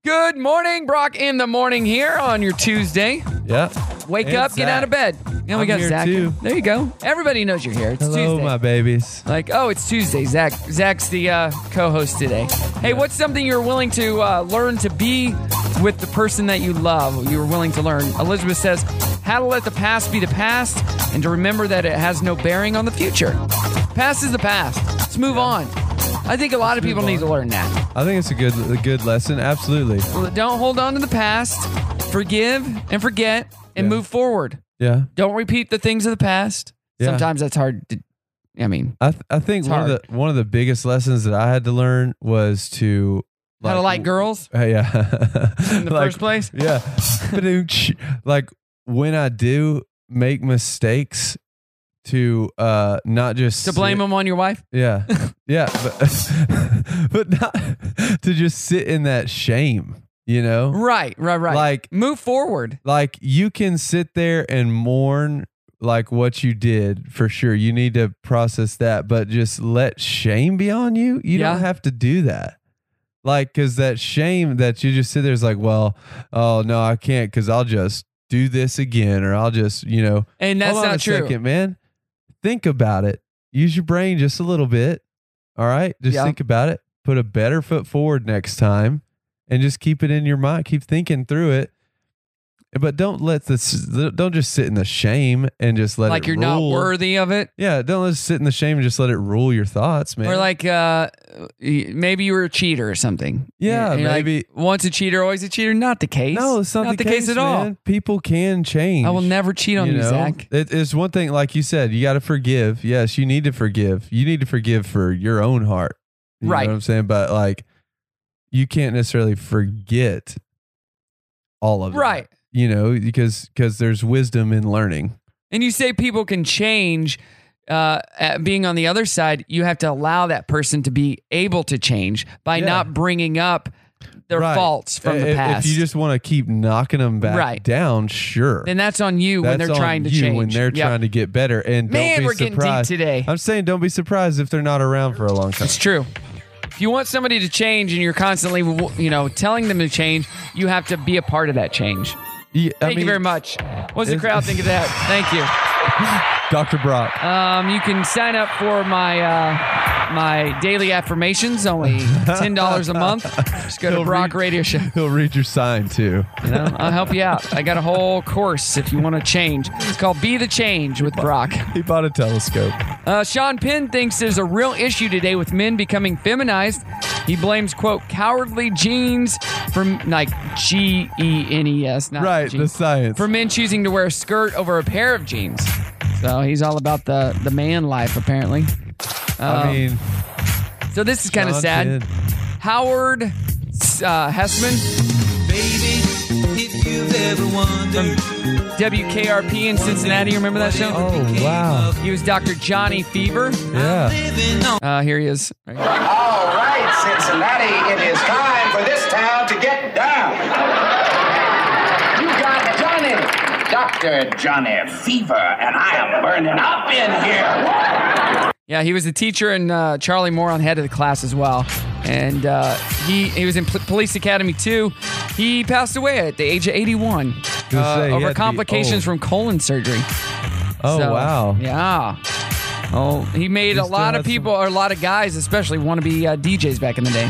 Speaker 1: Good morning, Brock. In the morning here on your Tuesday.
Speaker 6: Yeah.
Speaker 1: Wake
Speaker 6: And
Speaker 1: up, get out of bed. Now we
Speaker 6: I'm
Speaker 1: got
Speaker 6: here
Speaker 1: Zach.
Speaker 6: too.
Speaker 1: There you go. Everybody knows you're here. It's
Speaker 6: Hello,
Speaker 1: Tuesday.
Speaker 6: my babies.
Speaker 1: Like, oh, it's Tuesday. Zach, Zach's the uh, co-host today. Hey, what's something you're willing to uh, learn to be with the person that you love? You were willing to learn. Elizabeth says, how to let the past be the past, and to remember that it has no bearing on the future. Past is the past. Let's move on. I think a lot of people need to learn that.
Speaker 6: I think it's a good a good lesson. Absolutely.
Speaker 1: Don't hold on to the past. Forgive and forget, and move forward.
Speaker 6: Yeah.
Speaker 1: Don't repeat the things of the past.
Speaker 6: Yeah.
Speaker 1: Sometimes that's hard to. I mean,
Speaker 6: I th- I think
Speaker 1: It's
Speaker 6: one of
Speaker 1: hard.
Speaker 6: the one of the biggest lessons that I had to learn was to
Speaker 1: how to like girls
Speaker 6: Uh, yeah.
Speaker 1: in the
Speaker 6: Like,
Speaker 1: first place.
Speaker 6: Yeah. Ba-doom-tsh. like when I do make mistakes to uh not just
Speaker 1: To blame
Speaker 6: sit-
Speaker 1: them on your wife.
Speaker 6: Yeah. Yeah, but, but not to just sit in that shame, you know?
Speaker 1: Right, right, right.
Speaker 6: Like-
Speaker 1: move forward.
Speaker 6: like you can sit there and mourn like what you did for sure you need to process that but just let shame be on you you
Speaker 1: Yeah.
Speaker 6: don't have to do that like because that shame that you just sit there is like well oh no i can't because i'll just do this again or i'll just you know
Speaker 1: And that's
Speaker 6: Hold on
Speaker 1: not
Speaker 6: a
Speaker 1: true.
Speaker 6: second man think about it use your brain just a little bit all right just
Speaker 1: Yeah.
Speaker 6: think about it put a better foot forward next time and just keep it in your mind keep thinking through it but don't let this don't just sit in the shame and just let
Speaker 1: Like
Speaker 6: it
Speaker 1: you're
Speaker 6: rule.
Speaker 1: not worthy of it.
Speaker 6: yeah don't just sit in the shame and just let it rule your thoughts man
Speaker 1: Or like uh y- maybe you were a cheater or something.
Speaker 6: Yeah,
Speaker 1: And you're like,
Speaker 6: maybe-
Speaker 1: once a cheater, always a cheater. Not the case.
Speaker 6: no it's not,
Speaker 1: the, case, at all.
Speaker 6: man. people can change
Speaker 1: I will never cheat on you,
Speaker 6: know?
Speaker 1: Zach.
Speaker 6: It- it's one thing, like you said, you got to forgive. Yes, you need to forgive. You need to forgive for your own heart. You
Speaker 1: Right.
Speaker 6: Know what I'm saying, but like, you can't necessarily forget all of it.
Speaker 1: Right.
Speaker 6: You know, because because there's wisdom in learning.
Speaker 1: And you say people can change. Uh, at being on the other side, you have to allow that person to be able to change by
Speaker 6: Yeah.
Speaker 1: not bringing up their
Speaker 6: Right.
Speaker 1: faults from
Speaker 6: If-
Speaker 1: the past.
Speaker 6: If you just want to keep knocking them back
Speaker 1: Right.
Speaker 6: down, sure.
Speaker 1: then that's on you when
Speaker 6: That's
Speaker 1: they're
Speaker 6: on
Speaker 1: trying to
Speaker 6: you
Speaker 1: change.
Speaker 6: when they're
Speaker 1: Yep.
Speaker 6: trying to get better. And
Speaker 1: Man,
Speaker 6: don't be
Speaker 1: we're getting deep
Speaker 6: surprised.
Speaker 1: today.
Speaker 6: I'm saying don't be surprised if they're not around for a long time.
Speaker 1: It's true. If you want somebody to change and you're constantly, you know, telling them to change, you have to be a part of that change.
Speaker 6: Yeah, I
Speaker 1: Thank you
Speaker 6: mean,
Speaker 1: very much. What's the
Speaker 6: it's-
Speaker 1: crowd think of that? Thank you.
Speaker 6: Dr. Brock.
Speaker 1: Um, you can sign up for my uh, my daily affirmations, only ten dollars a month. Just go to
Speaker 6: He'll
Speaker 1: Brock
Speaker 6: read-
Speaker 1: Radio Show.
Speaker 6: He'll read your sign too.
Speaker 1: You know, I'll help you out. I got a whole course if you want to change. It's called Be the Change with Brock.
Speaker 6: He bought a telescope.
Speaker 1: Uh, Sean Penn thinks there's a real issue today with men becoming feminized. He blames quote cowardly genes from like G E N E S, not
Speaker 6: right, the
Speaker 1: jeans.
Speaker 6: science.
Speaker 1: for men choosing to wear a skirt over a pair of jeans. So he's all about the the man life apparently.
Speaker 6: I mean,
Speaker 1: So this is kind of
Speaker 6: Sean
Speaker 1: Oh. sad.
Speaker 6: Penn.
Speaker 1: Howard uh, Hessman
Speaker 5: Baby, if you've ever wondered,
Speaker 1: WKRP in Cincinnati. Remember that show?
Speaker 6: Oh wow,
Speaker 1: He was Dr. Johnny Fever.
Speaker 6: yeah.
Speaker 5: living on
Speaker 1: Uh, here he is. Right here.
Speaker 11: All right, Cincinnati, it is time for this town to get down. You got Johnny, Dr. Johnny Fever, and I am burning up in here.
Speaker 1: Yeah, he was the teacher, and uh, Charlie Moron head of the class as well. And uh, he he was in Pol- Police Academy too. He passed away at the age of 81
Speaker 6: Gonna
Speaker 1: uh,
Speaker 6: say, he had to
Speaker 1: over
Speaker 6: be
Speaker 1: complications from
Speaker 6: old.
Speaker 1: colon surgery.
Speaker 6: Oh
Speaker 1: So,
Speaker 6: wow.
Speaker 1: Yeah. Oh, he made
Speaker 6: He
Speaker 1: a
Speaker 6: still
Speaker 1: lot
Speaker 6: had
Speaker 1: of people, or a lot of guys, especially, want to be uh, DJs back in the day.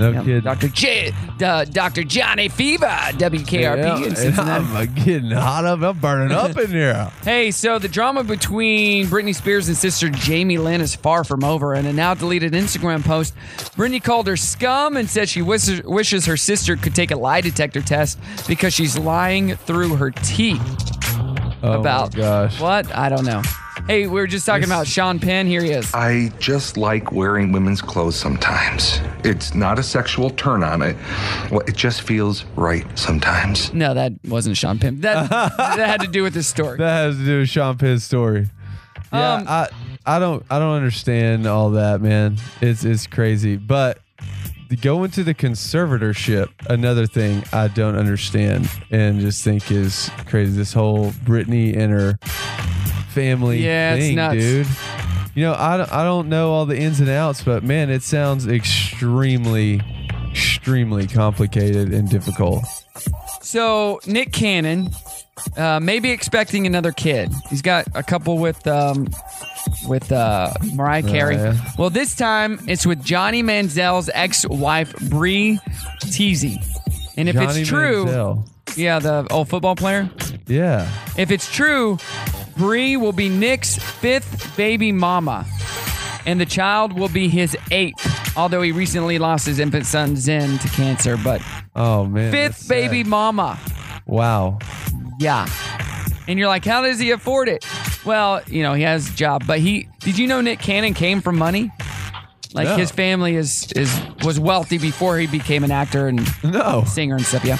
Speaker 6: No
Speaker 1: Yeah,
Speaker 6: kidding.
Speaker 1: Dr. J, uh, Dr. Johnny Fever,
Speaker 6: Yeah,
Speaker 1: WKRP in
Speaker 6: and
Speaker 1: Cincinnati.
Speaker 6: I'm uh, getting hot up. I'm burning up in here.
Speaker 1: Hey, so the drama between Britney Spears and sister Jamie Lynn is far from over. In a now deleted Instagram post, Britney called her scum and said she wishes, wishes her sister could take a lie detector test because she's lying through her teeth
Speaker 6: Oh
Speaker 1: about
Speaker 6: my gosh.
Speaker 1: what? I don't know. Hey, we were just talking about Sean Penn. Here he is.
Speaker 12: I just like wearing women's clothes sometimes. It's not a sexual turn on it. Well, it just feels right sometimes.
Speaker 1: No, that wasn't Sean Penn. That that had to do with this story.
Speaker 6: That has to do with Sean Penn's story. Yeah,
Speaker 1: Um,
Speaker 6: I I don't I don't understand all that, man. It's it's crazy. But the- going to the conservatorship, another thing I don't understand and just think is crazy. This whole Britney and her family
Speaker 1: Yeah, it's
Speaker 6: thing,
Speaker 1: nuts.
Speaker 6: dude. You know, I don't, I don't know all the ins and outs, but man, it sounds extremely, extremely complicated and difficult.
Speaker 1: So Nick Cannon, uh, maybe expecting another kid. He's got a couple with um, with uh, Mariah Carey.
Speaker 6: Mariah.
Speaker 1: Well, this time it's with Johnny Manziel's ex-wife Bree Teasy. And if
Speaker 6: Johnny
Speaker 1: it's true,
Speaker 6: Manziel.
Speaker 1: yeah, the old football player.
Speaker 6: Yeah.
Speaker 1: If it's true, Bree will be Nick's fifth baby mama, and the child will be his eighth. Although he recently lost his infant son Zen to cancer, but
Speaker 6: Oh man. that's
Speaker 1: fifth
Speaker 6: sad.
Speaker 1: baby mama.
Speaker 6: Wow.
Speaker 1: Yeah. And you're like, how does he afford it? Well, you know, he has a job, but he did you know Nick Cannon came from money? Like
Speaker 6: No.
Speaker 1: his family is is was wealthy before he became an actor and
Speaker 6: no.
Speaker 1: singer and stuff, yeah.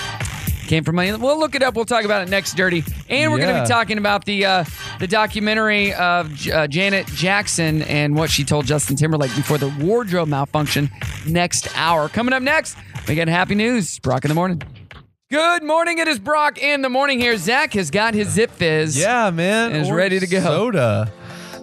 Speaker 1: Came from money. We'll look it up. We'll talk about it next dirty. And we're going
Speaker 6: Yeah.
Speaker 1: to be talking about the uh, the documentary of J- uh, Janet Jackson and what she told Justin Timberlake before the wardrobe malfunction next hour. Coming up next, we got happy news. Brock in the morning. Good morning. It is Brock in the morning here. Zach has got his Zip Fizz.
Speaker 6: Yeah, man.
Speaker 1: Is
Speaker 6: Orange
Speaker 1: ready to go.
Speaker 6: Soda.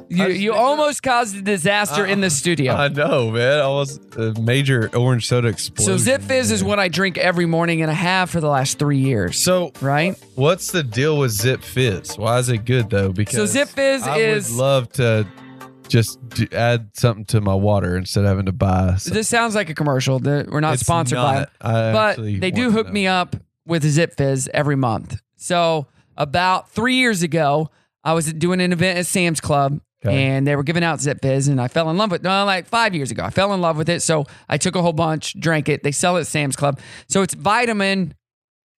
Speaker 1: You, you almost caused a disaster in the studio.
Speaker 6: Uh, I know, man. Almost a major orange soda explosion.
Speaker 1: so Zip Fizz is what I drink every morning and I have for the last three years.
Speaker 6: So
Speaker 1: right.
Speaker 6: What's the deal with Zip Fizz? Why is it good though? Because
Speaker 1: Zip Fizz
Speaker 6: I
Speaker 1: is-
Speaker 6: would love to just d- add something to my water instead of having to buy. Some.
Speaker 1: This sounds like a commercial. That we're not
Speaker 6: It's
Speaker 1: sponsored by
Speaker 6: not.
Speaker 1: them,
Speaker 6: I
Speaker 1: but
Speaker 6: actually
Speaker 1: they do
Speaker 6: want to
Speaker 1: hook me up with Zip Fizz every month. So about three years ago, I was doing an event at Sam's Club.
Speaker 6: Okay.
Speaker 1: And they were giving out Zip Fizz, and I fell in love with. No, like five years ago, I fell in love with it. So I took a whole bunch, drank it. They sell it at Sam's Club, so it's vitamin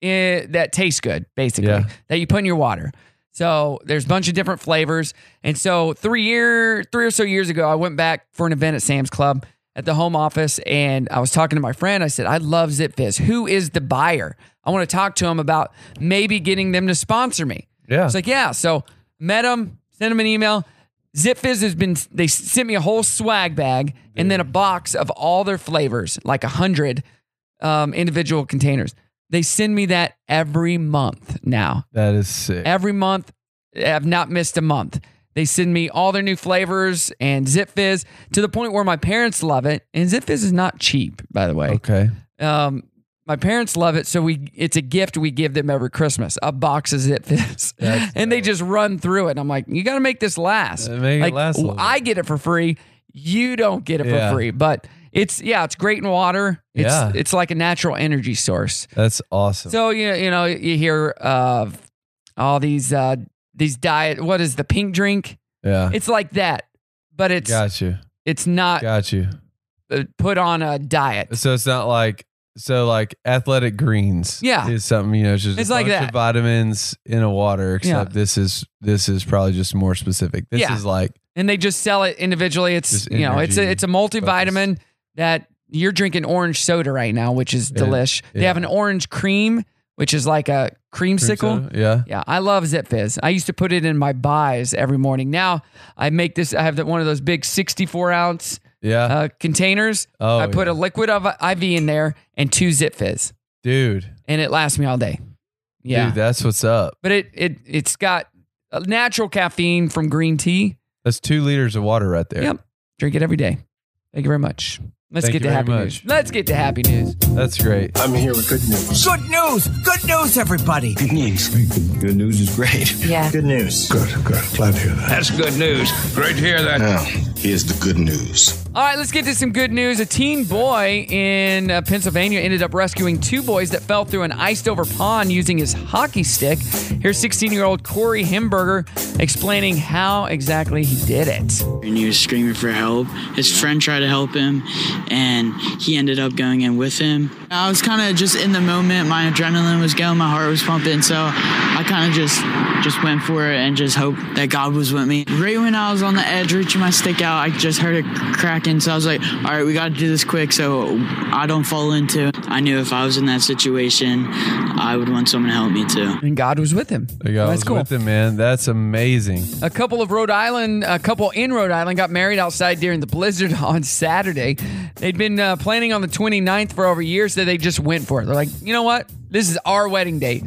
Speaker 1: eh, that tastes good, basically,
Speaker 6: Yeah.
Speaker 1: that you put in your water. So there's a bunch of different flavors. And so three year, three or so years ago, I went back for an event at Sam's Club at the home office, and I was talking to my friend. I said, "I love Zip Fizz. Who is the buyer? I want to talk to him about maybe getting them to sponsor me."
Speaker 6: Yeah.
Speaker 1: It's like, yeah. So met him, sent him an email. ZipFizz has been, they sent me a whole swag bag and then a box of all their flavors, like a hundred um, individual containers. They send me that every month now.
Speaker 6: That is sick.
Speaker 1: Every month, I've not missed a month. They send me all their new flavors and Zip Fizz to the point where my parents love it. And Zip Fizz is not cheap, by the way.
Speaker 6: Okay.
Speaker 1: Um, my parents love it, so we it's a gift we give them every Christmas. A box of Zip Fizz, and they just run through it. And I'm like, you got to make this last.
Speaker 6: Uh, make it
Speaker 1: like,
Speaker 6: last a
Speaker 1: w-
Speaker 6: little
Speaker 1: I get it for free. You don't get it
Speaker 6: Yeah.
Speaker 1: for free, but it's yeah, it's great in water. It's
Speaker 6: Yeah.
Speaker 1: it's like a natural energy source.
Speaker 6: That's awesome.
Speaker 1: So you you know you hear of all these uh these diet. What is the pink drink?
Speaker 6: yeah.
Speaker 1: It's like that, but it's
Speaker 6: Uh-huh. got you.
Speaker 1: it's not
Speaker 6: Got you.
Speaker 1: uh put on a diet.
Speaker 6: So it's not like so like athletic greens.
Speaker 1: Yeah.
Speaker 6: is something you know. It's just
Speaker 1: It's
Speaker 6: a
Speaker 1: like
Speaker 6: bunch
Speaker 1: that.
Speaker 6: of vitamins in a water. Except
Speaker 1: Yeah.
Speaker 6: this is this is probably just more specific. This
Speaker 1: Yeah.
Speaker 6: is like
Speaker 1: and they just sell it individually. It's
Speaker 6: Just
Speaker 1: you know, it's a
Speaker 6: energy
Speaker 1: it's a multivitamin that you're drinking orange soda right now, which is
Speaker 6: Yeah.
Speaker 1: delish. They have an orange cream, which is like a creamsicle.
Speaker 6: soda? Yeah.
Speaker 1: Yeah, I love Zip Fizz. I used to put it in my buys every morning. Now I make this. I have that one of those big 64 ounce
Speaker 6: yeah,
Speaker 1: uh, containers.
Speaker 6: Oh,
Speaker 1: I put a liquid of IV in there and two Zip Fizz,
Speaker 6: dude.
Speaker 1: and it lasts me all day. Yeah,
Speaker 6: Dude, that's what's up.
Speaker 1: but it it it's got uh, natural caffeine from green tea.
Speaker 6: That's two liters of water right there.
Speaker 1: Yep. Drink it every day. Thank you very much. Let's
Speaker 6: Thank
Speaker 1: get
Speaker 6: you
Speaker 1: to
Speaker 6: very
Speaker 1: happy
Speaker 6: much.
Speaker 1: news. Let's get to happy news.
Speaker 6: That's great.
Speaker 13: I'm here with good news. Good news! Good news, everybody! Good news. Good news is great.
Speaker 2: Yeah.
Speaker 13: Good news. Good, good. Glad to hear that. That's good news. Great to hear that. Now, here's the good news.
Speaker 1: All right, let's get to some good news. A teen boy in uh, Pennsylvania ended up rescuing two boys that fell through an iced over pond using his hockey stick. Here's 16 year old Corey Himberger explaining how exactly he did it.
Speaker 14: And he was screaming for help. His friend tried to help him, and he ended up going in with him. I was kind of just in the moment. My adrenaline was going, my heart was pumping, so I kind of just just went for it and just hoped that God was with me. Right when I was on the edge, reaching my stick out, I just heard it cracking. So I was like, "All right, we got to do this quick, so I don't fall into." I knew if I was in that situation, I would want someone to help me too.
Speaker 1: And God was with him.
Speaker 6: Like, I
Speaker 1: That's
Speaker 6: was
Speaker 1: cool.
Speaker 6: with him, man. That's amazing.
Speaker 1: A couple of Rhode Island, a couple in Rhode Island got married outside during the blizzard on Saturday. They'd been uh, planning on the 29th for over a year, so they just went for it. They're like, you know what? This is our wedding date.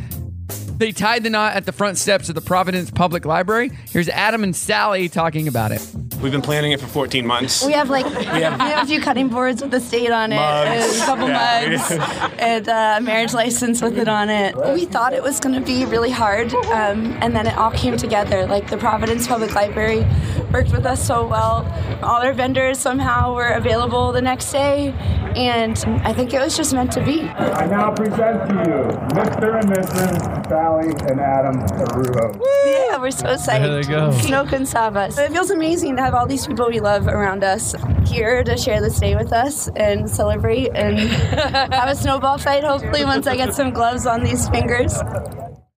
Speaker 1: They tied the knot at the front steps of the Providence Public Library. Here's Adam and Sally talking about it.
Speaker 15: We've been planning it for 14 months.
Speaker 16: We have like we
Speaker 15: have-
Speaker 16: have, a few cutting boards with the state on it,
Speaker 15: Mugs.
Speaker 16: and a couple
Speaker 15: Yeah, we
Speaker 16: mugs,
Speaker 15: do.
Speaker 16: and a marriage license with it on it. We thought it was going to be really hard, um, and then it all came together. Like the Providence Public Library worked with us so well. All our vendors somehow were available the next day, and I think it was just meant to be.
Speaker 17: I now present to you Mr. and Mrs. Sally and Adam Arulo.
Speaker 16: Yeah, we're so psyched.
Speaker 17: There they go.
Speaker 16: Pinocchio and Sabas. It feels amazing to have all these people we love around us here to share this day with us and celebrate and have a snowball fight, hopefully, once I get some gloves on these fingers.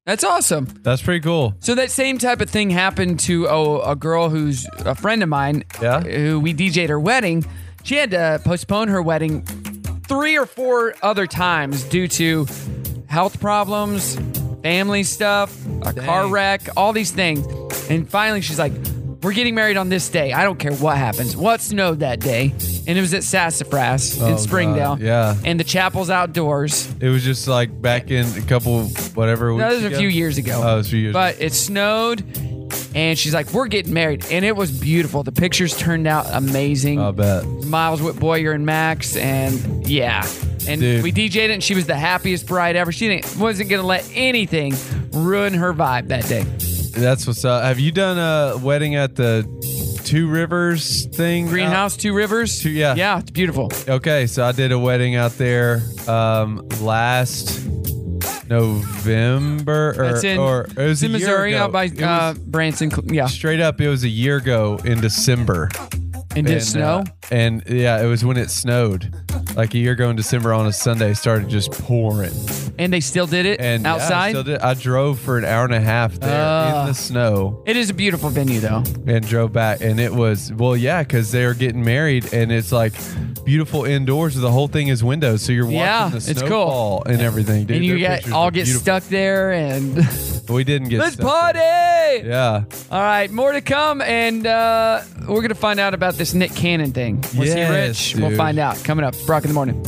Speaker 1: That's awesome.
Speaker 6: That's pretty cool.
Speaker 1: So that same type of thing happened to a, a girl who's a friend of mine. Yeah. Who we DJ'd her wedding. She had to postpone her wedding three or four other times due to health problems, family stuff, a car wreck, all these things. And finally, she's like, "We're getting married on this day. I don't care what happens. What snowed that day?" And it was at Sassafras
Speaker 6: Oh,
Speaker 1: in
Speaker 6: God.
Speaker 1: Springdale.
Speaker 6: Yeah.
Speaker 1: And the chapel's outdoors.
Speaker 6: It was just like back in a couple, whatever.
Speaker 1: That
Speaker 6: weeks
Speaker 1: was a few years ago.
Speaker 6: Oh, it was a few years
Speaker 1: But it snowed, and she's like, "We're getting married," and it was beautiful. The pictures turned out amazing. I
Speaker 6: bet.
Speaker 1: Miles with Boyer and Max, and yeah, and
Speaker 6: Dude.
Speaker 1: we DJ'd it, and she was the happiest bride ever. She didn't, wasn't gonna let anything ruin her vibe that day.
Speaker 6: That's what's up. Have you done a wedding at the Two Rivers thing? Uh,
Speaker 1: Greenhouse, Two Rivers?
Speaker 6: Two, yeah.
Speaker 1: Yeah, it's beautiful.
Speaker 6: Okay, so I did a wedding out there um, last November. Or,
Speaker 1: That's in-
Speaker 6: or it
Speaker 1: it's
Speaker 6: was
Speaker 1: in
Speaker 6: a year
Speaker 1: Missouri,
Speaker 6: ago.
Speaker 1: out by,
Speaker 6: It was-
Speaker 1: uh, Branson. Yeah.
Speaker 6: Straight up, it was a year ago in December.
Speaker 1: And did it
Speaker 6: uh,
Speaker 1: snow?
Speaker 6: and yeah, it was when it snowed. Like a year ago in December on a Sunday, it started just pouring.
Speaker 1: And they still did it
Speaker 6: And yeah, I
Speaker 1: outside.
Speaker 6: still did- I drove for an hour and a half there
Speaker 1: Oh.
Speaker 6: in the snow
Speaker 1: it is a beautiful venue, though.
Speaker 6: and drove back and it was well yeah because they were getting married and it's like beautiful indoors the whole thing is windows so you're watching
Speaker 1: Yeah,
Speaker 6: the
Speaker 1: it's cool.
Speaker 6: snowfall and everything dude.
Speaker 1: and you
Speaker 6: Their
Speaker 1: get
Speaker 6: pictures
Speaker 1: all
Speaker 6: are
Speaker 1: get
Speaker 6: beautiful.
Speaker 1: stuck there, and
Speaker 6: we didn't get
Speaker 1: let's
Speaker 6: stuck.
Speaker 1: party.
Speaker 6: yeah
Speaker 1: All right, more to come, and uh, we're gonna find out about this Nick Cannon thing. Was
Speaker 6: Yes,
Speaker 1: he rich? We'll
Speaker 6: dude.
Speaker 1: find out coming up. Brock in the morning.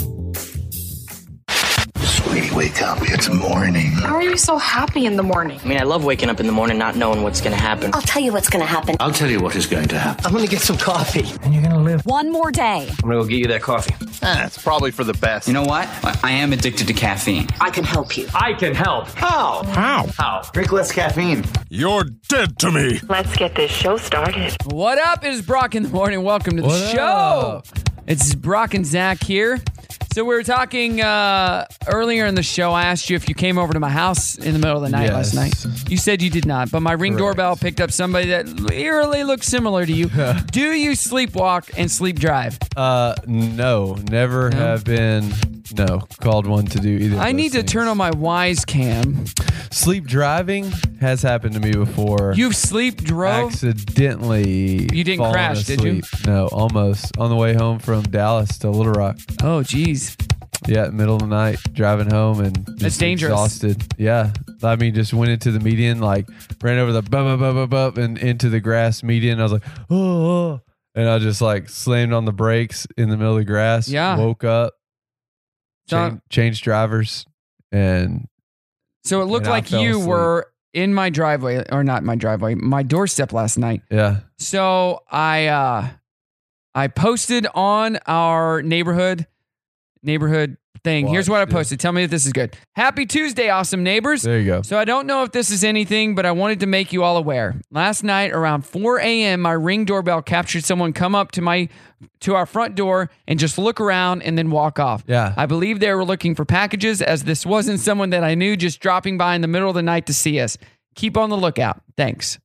Speaker 18: Sweetie, wake up. It's morning.
Speaker 2: How are you so happy in the morning?
Speaker 19: I mean, I love waking up in the morning not knowing what's going to happen.
Speaker 2: I'll tell you what's going to happen.
Speaker 19: I'll tell you what is going to happen.
Speaker 18: I'm gonna get some coffee.
Speaker 2: You're going to live one more day.
Speaker 18: I'm gonna go get you that coffee. That's Ah, probably for the best. You know what? I am addicted to caffeine. I can help you. I can help. How? How? How? Drink less caffeine. You're dead to me.
Speaker 2: Let's get this show started.
Speaker 1: What up? It is Brock in the morning. Welcome to the
Speaker 2: What
Speaker 1: show. It's Brock and Zach here. So we were talking uh, earlier in the show. I asked you if you came over to my house in the middle of the night last
Speaker 6: Yes.
Speaker 1: night. You said you did not, but my ring doorbell picked up somebody that eerily looked similar to you. Do you sleepwalk and sleep drive?
Speaker 6: uh no never have been no called one to do either of
Speaker 1: I
Speaker 6: those
Speaker 1: need to
Speaker 6: things.
Speaker 1: turn on my wise cam.
Speaker 6: sleep driving has happened to me before
Speaker 1: You've sleep drove.
Speaker 6: accidentally
Speaker 1: You didn't
Speaker 6: fallen
Speaker 1: crash, did you?
Speaker 6: asleep. no almost on the way home from dallas to little rock
Speaker 1: oh jeez
Speaker 6: yeah middle of the night driving home and
Speaker 1: That's
Speaker 6: just
Speaker 1: dangerous.
Speaker 6: exhausted yeah i mean just went into the median like ran over the bump bump bump bump and into the grass median i was like oh and i just like slammed on the brakes in the middle of the grass
Speaker 1: Yeah.
Speaker 6: woke up
Speaker 1: John-
Speaker 6: changed, changed drivers and
Speaker 1: So it looked
Speaker 6: And I
Speaker 1: like
Speaker 6: fell
Speaker 1: you
Speaker 6: asleep.
Speaker 1: were in my driveway, or not my driveway, my doorstep last night.
Speaker 6: yeah
Speaker 1: So I uh I posted on our neighborhood neighborhood thing. Here's what I posted. Tell me if this is good. Happy Tuesday, awesome neighbors.
Speaker 6: There you go.
Speaker 1: So I don't know if this is anything, but I wanted to make you all aware. Last night around 4 a.m., my ring doorbell captured someone come up to my to our front door and just look around and then walk off.
Speaker 6: Yeah.
Speaker 1: I believe they were looking for packages as this wasn't someone that I knew just dropping by in the middle of the night to see us. Keep on the lookout. Thanks.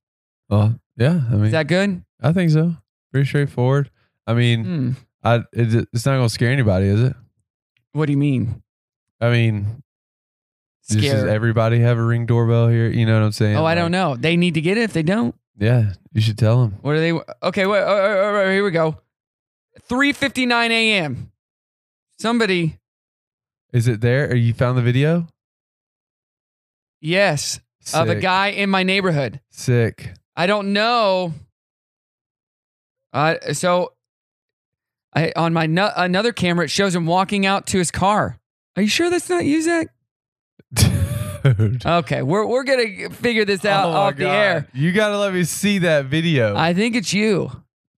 Speaker 6: well yeah i mean
Speaker 1: Is that good?
Speaker 6: i think so pretty straightforward i mean
Speaker 1: Hmm.
Speaker 6: I, it, it's not gonna scare anybody is it
Speaker 1: What do you mean?
Speaker 6: i mean does- does
Speaker 1: Scare.
Speaker 6: everybody have a ring doorbell here you know what i'm saying
Speaker 1: Oh, I
Speaker 6: Like,
Speaker 1: don't know. They need to get it if they don't.
Speaker 6: yeah you should tell them
Speaker 1: What are they? Okay, wait, oh, all right, all right, here we go. 3:59 a.m. Somebody,
Speaker 6: Is it there? Or you found the video?
Speaker 1: yes, of a
Speaker 6: Sick.
Speaker 1: Uh, guy in my neighborhood.
Speaker 6: Sick.
Speaker 1: I don't know. Uh, so, I on my no, another camera it shows him walking out to his car. Are you sure that's not you, Zach? Okay, we're we're gonna figure this out
Speaker 6: Oh my
Speaker 1: off the
Speaker 6: God.
Speaker 1: air.
Speaker 6: You gotta let me see that video.
Speaker 1: I think it's you.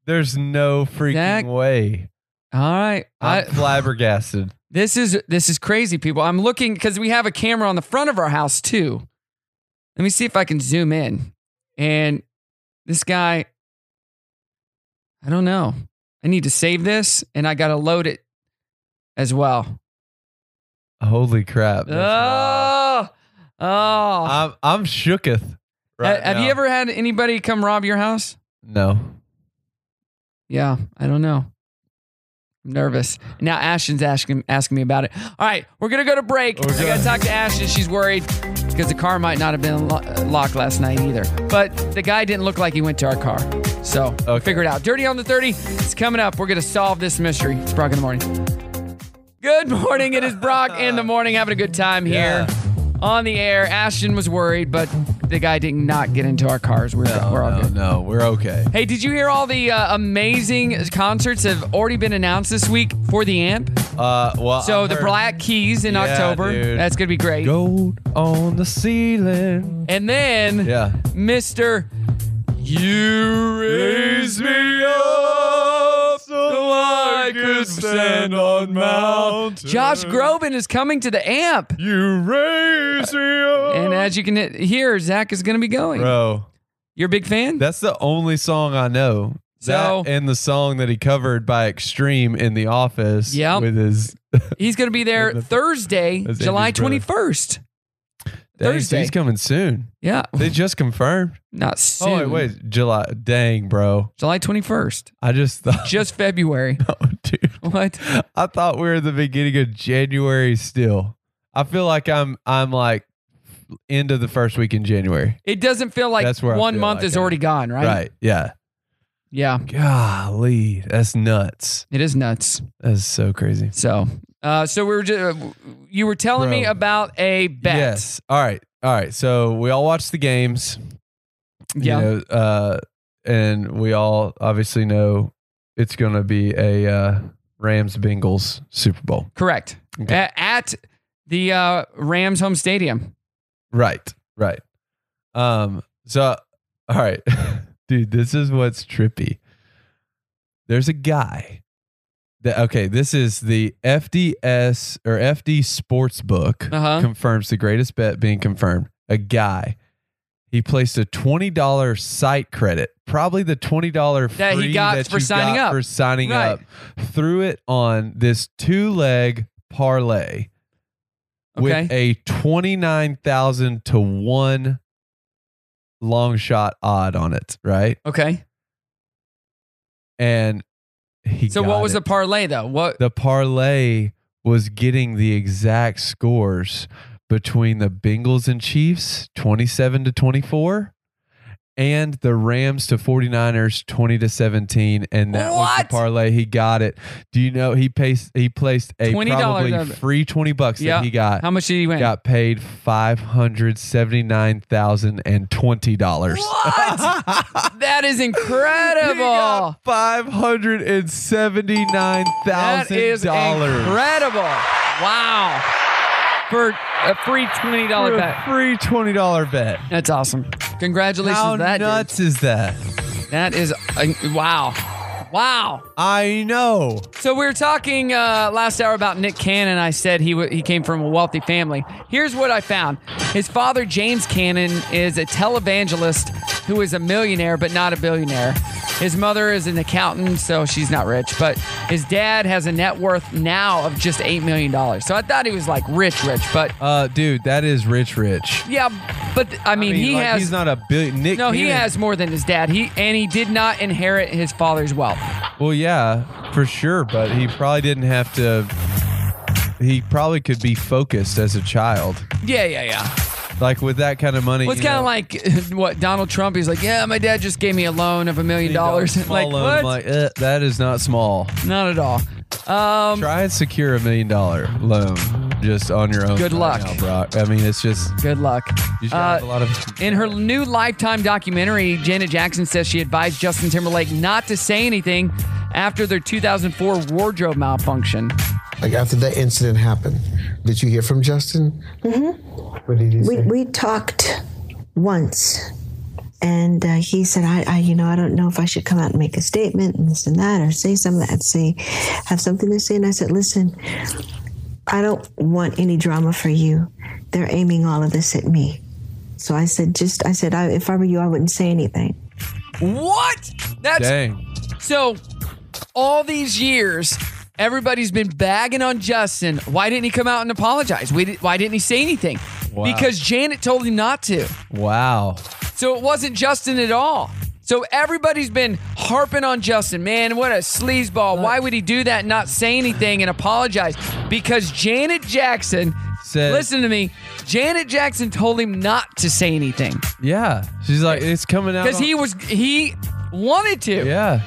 Speaker 6: There's no freaking way.
Speaker 1: All right.
Speaker 6: I'm flabbergasted.
Speaker 1: This is this is crazy, people. I'm looking because we have a camera on the front of our house too. Let me see if I can zoom in. And this guy, I don't know. I need to save this, and I gotta load it as well.
Speaker 6: Holy crap.
Speaker 1: Oh, oh. Ha-
Speaker 6: I'm I'm shooketh. Right
Speaker 1: have
Speaker 6: now.
Speaker 1: you ever had anybody come rob your house?
Speaker 6: No.
Speaker 1: Yeah, I don't know. I'm nervous. Now Ashton's asking asking me about it. All right, we're gonna go to break.
Speaker 6: Oh,
Speaker 1: I gotta talk to Ashton. She's worried because the car might not have been lo- locked last night either. But the guy didn't look like he went to our car, so figure it out. Dirty on the thirty. It's coming up. We're gonna solve this mystery. It's Brock in the morning. Good morning. It is Brock in the morning. Having a good time here on the air. Ashton was worried, but the guy did not get into our cars. We're, we're all
Speaker 6: no,
Speaker 1: good.
Speaker 6: no, we're okay.
Speaker 1: Hey, did you hear all the uh, amazing concerts that have already been announced this week for the amp?
Speaker 6: Uh, well,
Speaker 1: so
Speaker 6: I've
Speaker 1: the
Speaker 6: heard-
Speaker 1: Black Keys in
Speaker 6: Yeah,
Speaker 1: October.
Speaker 6: dude.
Speaker 1: That's gonna be great.
Speaker 6: Gold on the ceiling.
Speaker 1: And then,
Speaker 6: Yeah.
Speaker 1: Mister, you raise me up so I could stand on mountains. Josh Groban is coming to the amp.
Speaker 6: You raise me up.
Speaker 1: And as you can hear, Zach is gonna be going.
Speaker 6: Bro.
Speaker 1: You're a big fan?
Speaker 6: That's the only song I know. So and the song that he covered by Extreme in the office.
Speaker 1: Yep.
Speaker 6: With his
Speaker 1: He's gonna be there Thursday,
Speaker 6: That's
Speaker 1: July
Speaker 6: Andy's brother.
Speaker 1: 21st.
Speaker 6: Dang,
Speaker 1: Thursday.
Speaker 6: He's coming soon.
Speaker 1: Yeah.
Speaker 6: They just confirmed.
Speaker 1: Not
Speaker 6: Oh wait,
Speaker 1: soon.
Speaker 6: wait, July. Dang, bro.
Speaker 1: July 21st.
Speaker 6: I just thought.
Speaker 1: Just February. What?
Speaker 6: I thought we were at the beginning of January. Still, I feel like I'm. I'm like end of the first week in January.
Speaker 1: It doesn't feel like
Speaker 6: That's where I
Speaker 1: one
Speaker 6: feel
Speaker 1: month
Speaker 6: like
Speaker 1: is
Speaker 6: I'm-
Speaker 1: already gone, right?
Speaker 6: Right. Yeah.
Speaker 1: Yeah.
Speaker 6: Golly, that's nuts.
Speaker 1: It is nuts.
Speaker 6: That's so crazy.
Speaker 1: So, Uh, so we were just, you were telling me
Speaker 6: Bro.
Speaker 1: about a bet.
Speaker 6: Yes. All right. All right. So we all watch the games.
Speaker 1: Yeah.
Speaker 6: You know, uh, and we all obviously know it's going to be a uh, Rams Bengals Super Bowl.
Speaker 1: Correct.
Speaker 6: Okay.
Speaker 1: A- at the uh, Rams home stadium.
Speaker 6: Right. Right. Um. So, all right, dude. This is what's trippy. There's a guy. That, okay, this is the FDS or FD Sportsbook
Speaker 1: Uh-huh.
Speaker 6: confirms the greatest bet being confirmed. A guy, he placed a twenty dollar site credit, probably the twenty dollar
Speaker 1: That he got for signing up.
Speaker 6: for signing
Speaker 1: Right.
Speaker 6: up. Threw it on this two leg parlay
Speaker 1: Okay.
Speaker 6: with a 29,000 to 1 long shot odd on it, right?
Speaker 1: Okay.
Speaker 6: And he
Speaker 1: So what
Speaker 6: got
Speaker 1: was
Speaker 6: it.
Speaker 1: the parlay though? What?
Speaker 6: the parlay was getting the exact scores between the Bengals and Chiefs 27 to 24 and the Rams to 49ers 20 to 17 and that was the
Speaker 1: What?
Speaker 6: parlay he got it. Do you know he placed he placed a
Speaker 1: $20
Speaker 6: probably
Speaker 1: of it.
Speaker 6: free 20 bucks
Speaker 1: Yeah.
Speaker 6: that he got.
Speaker 1: How much did he win?
Speaker 6: Got paid $579,020.
Speaker 1: What? that is incredible.
Speaker 6: Five hundred and seventy-nine
Speaker 1: That is
Speaker 6: thousand dollars.
Speaker 1: incredible. Wow. For a free twenty dollar bet.
Speaker 6: Free twenty dollar bet.
Speaker 1: That's awesome. Congratulations.
Speaker 6: How
Speaker 1: to that dude.
Speaker 6: nuts is that?
Speaker 1: That is uh, wow, wow.
Speaker 6: I know.
Speaker 1: So we were talking uh, last hour about Nick Cannon. I said he w- he came from a wealthy family. Here's what I found: his father, James Cannon, is a televangelist who is a millionaire but not a billionaire. His mother is an accountant, so she's not rich. But his dad has a net worth now of just eight million dollars. So I thought he was like rich, rich. But
Speaker 6: Uh, dude, that is rich, rich.
Speaker 1: yeah, but I mean, he
Speaker 6: like,
Speaker 1: has
Speaker 6: He's not a billion. Nick.
Speaker 1: no, he
Speaker 6: Cannon-
Speaker 1: has more than his dad. He and he did not inherit his father's wealth.
Speaker 6: Well, yeah, for sure. But he probably didn't have to. He probably could be focused as a child,
Speaker 1: Yeah, yeah, yeah.
Speaker 6: like with that kind of money.
Speaker 1: Well, it's
Speaker 6: you
Speaker 1: kind of
Speaker 6: know,
Speaker 1: like what Donald Trump. He's like, yeah, my dad just gave me a loan of a million dollars.
Speaker 6: small
Speaker 1: Like
Speaker 6: loan,
Speaker 1: what?
Speaker 6: I'm like, eh, that is not small.
Speaker 1: Not at all. Um,
Speaker 6: Try and secure a million dollar loan just on your own.
Speaker 1: Good
Speaker 6: right
Speaker 1: luck.
Speaker 6: now, Brock. I mean, it's just
Speaker 1: good luck.
Speaker 6: You should have
Speaker 1: Uh,
Speaker 6: a lot of.
Speaker 1: In her new Lifetime documentary, Janet Jackson says she advised Justin Timberlake not to say anything after their 2004 wardrobe malfunction.
Speaker 20: Like after that incident happened, did you hear from Justin? Mm-hmm. What did he
Speaker 21: We,
Speaker 20: say?
Speaker 21: we talked once And uh, he said, I, I, you know, I don't know if I should come out and make a statement and this and that, or say something, I'd say, have something to say. And I said, listen, I don't want any drama for you. They're aiming all of this at me. So I said, just, I said, I, if I were you, I wouldn't say anything.
Speaker 1: What? That's so. All these years, everybody's been bagging on Justin. Why didn't he come out and apologize? We did, why didn't he say anything?
Speaker 6: Wow.
Speaker 1: Because Janet told him not to.
Speaker 6: Wow.
Speaker 1: So it wasn't Justin at all. So everybody's been harping on Justin. Man, what a sleazeball. Why would he do that and not say anything and apologize? Because Janet Jackson
Speaker 6: Said-
Speaker 1: listen to me. Janet Jackson told him not to say anything.
Speaker 6: Yeah. She's like, it's coming out.
Speaker 1: Because he was he wanted to.
Speaker 6: Yeah.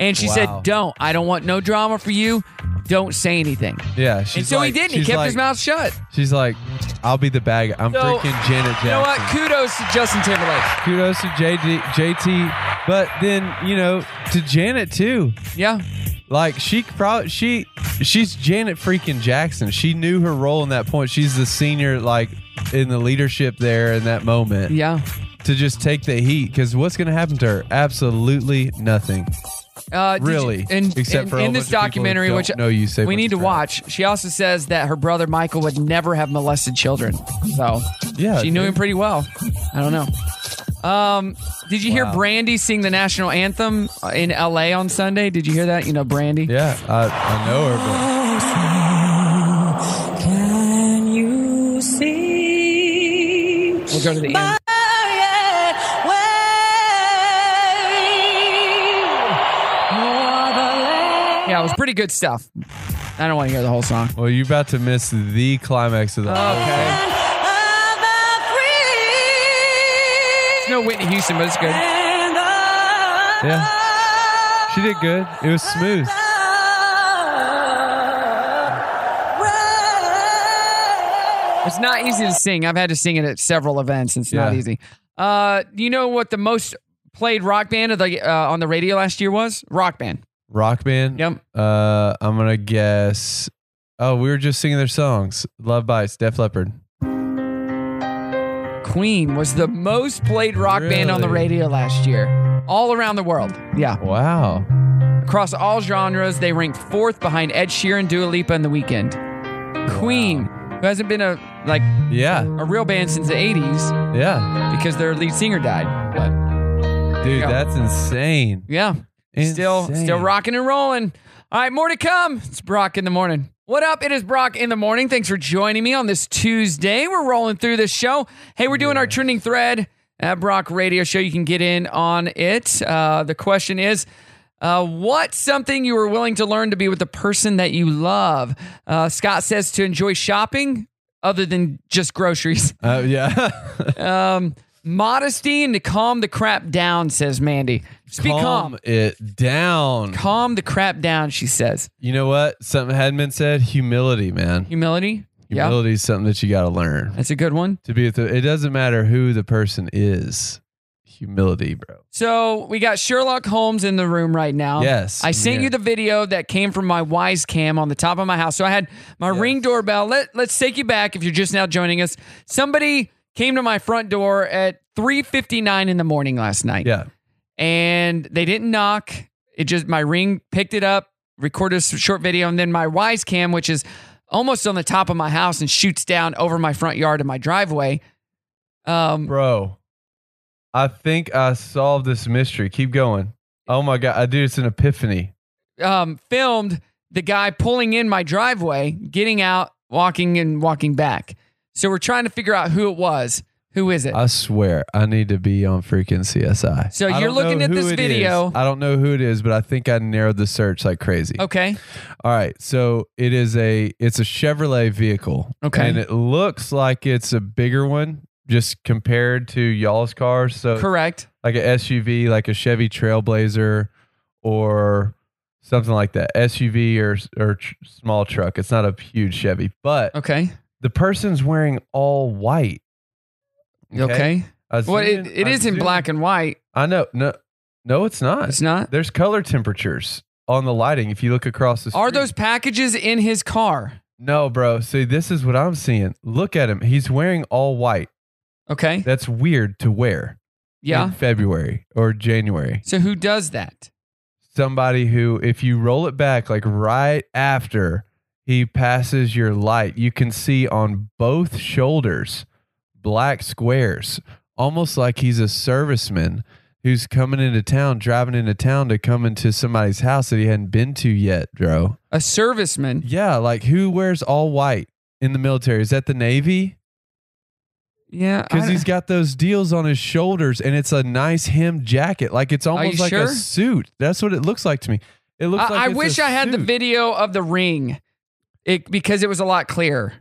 Speaker 1: And she
Speaker 6: Wow.
Speaker 1: said, Don't. I don't want no drama for you. Don't say anything.
Speaker 6: Yeah. She's
Speaker 1: and so
Speaker 6: like-
Speaker 1: he didn't. He
Speaker 6: she's
Speaker 1: kept
Speaker 6: like-
Speaker 1: his mouth shut.
Speaker 6: She's like, I'll be the bag. I'm
Speaker 1: So,
Speaker 6: freaking Janet Jackson.
Speaker 1: You know what? Kudos to Justin Timberlake.
Speaker 6: Kudos to JD, JT, but then you know to Janet too.
Speaker 1: Yeah,
Speaker 6: like she probably she she's Janet freaking Jackson. She knew her role in that point. She's the senior, like in the leadership there in that moment.
Speaker 1: Yeah,
Speaker 6: to just take the heat because what's going to happen to her? Absolutely nothing.
Speaker 1: Uh, did you-
Speaker 6: Really?
Speaker 1: and,
Speaker 6: Except
Speaker 1: and-
Speaker 6: for a
Speaker 1: in
Speaker 6: whole
Speaker 1: this
Speaker 6: bunch of people who
Speaker 1: documentary,
Speaker 6: don't
Speaker 1: which
Speaker 6: know you say
Speaker 1: we
Speaker 6: bunch
Speaker 1: need to watch, she also says that her brother Michael would never have molested children. So
Speaker 6: yeah,
Speaker 1: she knew
Speaker 6: dude.
Speaker 1: him pretty well. I don't know. Um, did you hear
Speaker 6: Wow.
Speaker 1: Brandy sing the national anthem uh, in L.A. on Sunday? Did you hear that? You know Brandy.
Speaker 6: Yeah, I, I know her.
Speaker 5: Can you see?
Speaker 1: We'll go to the end. Yeah, it was pretty good stuff. I don't want to hear the whole song.
Speaker 6: Well, you're about to miss the climax of the.
Speaker 1: Okay. It's no Whitney Houston, but it's good.
Speaker 6: Yeah. She did good. It was smooth.
Speaker 1: It's not easy to sing. I've had to sing it at several events. It's not
Speaker 6: Yeah.
Speaker 1: easy. Uh, you know what the most played rock band of the uh, on the radio last year was? Rock band.
Speaker 6: Rock band.
Speaker 1: Yep.
Speaker 6: Uh, I'm gonna guess. Oh, we were just singing their songs. Love bites. Def Leppard.
Speaker 1: Queen was the most played rock band on the
Speaker 6: Really?
Speaker 1: radio last year, all around the world. Yeah.
Speaker 6: Wow.
Speaker 1: Across all genres, they ranked fourth behind Ed Sheeran, Dua Lipa, and The Weeknd. Queen, who hasn't been a like
Speaker 6: yeah
Speaker 1: a real band since the '80s.
Speaker 6: Yeah.
Speaker 1: Because their lead singer died. But
Speaker 6: Dude,
Speaker 1: Yeah.
Speaker 6: that's insane.
Speaker 1: yeah, still still rocking and rolling. All right, more to come. It's Brock in the morning. What up? It is Brock in the morning. Thanks for joining me on this Tuesday. We're rolling through this show. Hey, we're doing our trending thread at Brock Radio Show. You can get in on it. Uh, the question is. Uh, what's something you were willing to learn to be with the person that you love? Uh, Scott says to enjoy shopping other than just groceries.
Speaker 6: Oh, yeah.
Speaker 1: um, modesty and to calm the crap down, says Mandy. Just be calm.
Speaker 6: Calm it down.
Speaker 1: Calm the crap down, she says.
Speaker 6: You know what? Something hadn't been said. Humility, man.
Speaker 1: Humility. Yeah.
Speaker 6: Humility is something that you got to learn.
Speaker 1: That's a good one.
Speaker 6: To be, with the, it doesn't matter who the person is. Humility, bro.
Speaker 1: So we got Sherlock Holmes in the room right now.
Speaker 6: Yes.
Speaker 1: I sent
Speaker 6: Yeah.
Speaker 1: you the video that came from my Wise Cam on the top of my house. So I had my ring doorbell. Let let's take you back if you're just now joining us. Somebody came to my front door at 3:59 in the morning last night.
Speaker 6: Yeah.
Speaker 1: And they didn't knock. It just my ring picked it up, recorded a s- short video, and then my Wise Cam, which is almost on the top of my house and shoots down over my front yard and my driveway. Um,
Speaker 6: bro, I think I solved this mystery. Keep going. Oh my god, I dude, it's an epiphany.
Speaker 1: um, filmed the guy pulling in my driveway, getting out, walking and walking back. So we're trying to figure out who it was. Who is it?
Speaker 6: I swear, I need to be on freaking CSI.
Speaker 1: So
Speaker 6: I
Speaker 1: you're
Speaker 6: don't know
Speaker 1: looking at
Speaker 6: who
Speaker 1: this
Speaker 6: it is.
Speaker 1: video.
Speaker 6: I don't know who it is, but I think I narrowed the search like crazy.
Speaker 1: okay.
Speaker 6: All right, so it is a it's a Chevrolet vehicle.
Speaker 1: Okay.
Speaker 6: and it looks like it's a bigger one, just compared to y'all's cars. So
Speaker 1: Correct.
Speaker 6: like a SUV, like a Chevy Trailblazer, or something like that. SUV or or tr- small truck. It's not a huge Chevy, but
Speaker 1: okay,
Speaker 6: the person's wearing all white.
Speaker 1: Okay.
Speaker 6: I
Speaker 1: Well,
Speaker 6: zoomed
Speaker 1: it,
Speaker 6: in-
Speaker 1: it
Speaker 6: I
Speaker 1: is in
Speaker 6: zoomed-
Speaker 1: black and white.
Speaker 6: I know. No, no, it's not.
Speaker 1: It's not.
Speaker 6: There's color temperatures on the lighting. If you look across the street.
Speaker 1: Are those packages in his car?
Speaker 6: No, bro. See, this is what I'm seeing. Look at him. He's wearing all white.
Speaker 1: Okay.
Speaker 6: That's weird to wear.
Speaker 1: Yeah.
Speaker 6: in February or January.
Speaker 1: So who does that?
Speaker 6: Somebody who, if you roll it back, like right after he passes your light, you can see on both shoulders black squares, almost like he's a serviceman who's coming into town, driving into town to come into somebody's house that he hadn't been to yet, bro.
Speaker 1: A serviceman.
Speaker 6: Yeah, like who wears all white in the military? Is that the Navy?
Speaker 1: Yeah,
Speaker 6: Because he's got those deals on his shoulders, and it's a nice hem jacket. Like it's
Speaker 1: you
Speaker 6: almost like
Speaker 1: sure?
Speaker 6: a suit. That's what it looks like to me. It looks.
Speaker 1: I,
Speaker 6: like
Speaker 1: I
Speaker 6: it's a
Speaker 1: wish I had the
Speaker 6: suit.
Speaker 1: video of the ring, it because it was a lot clearer.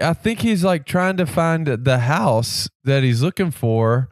Speaker 6: I think he's like trying to find the house that he's looking for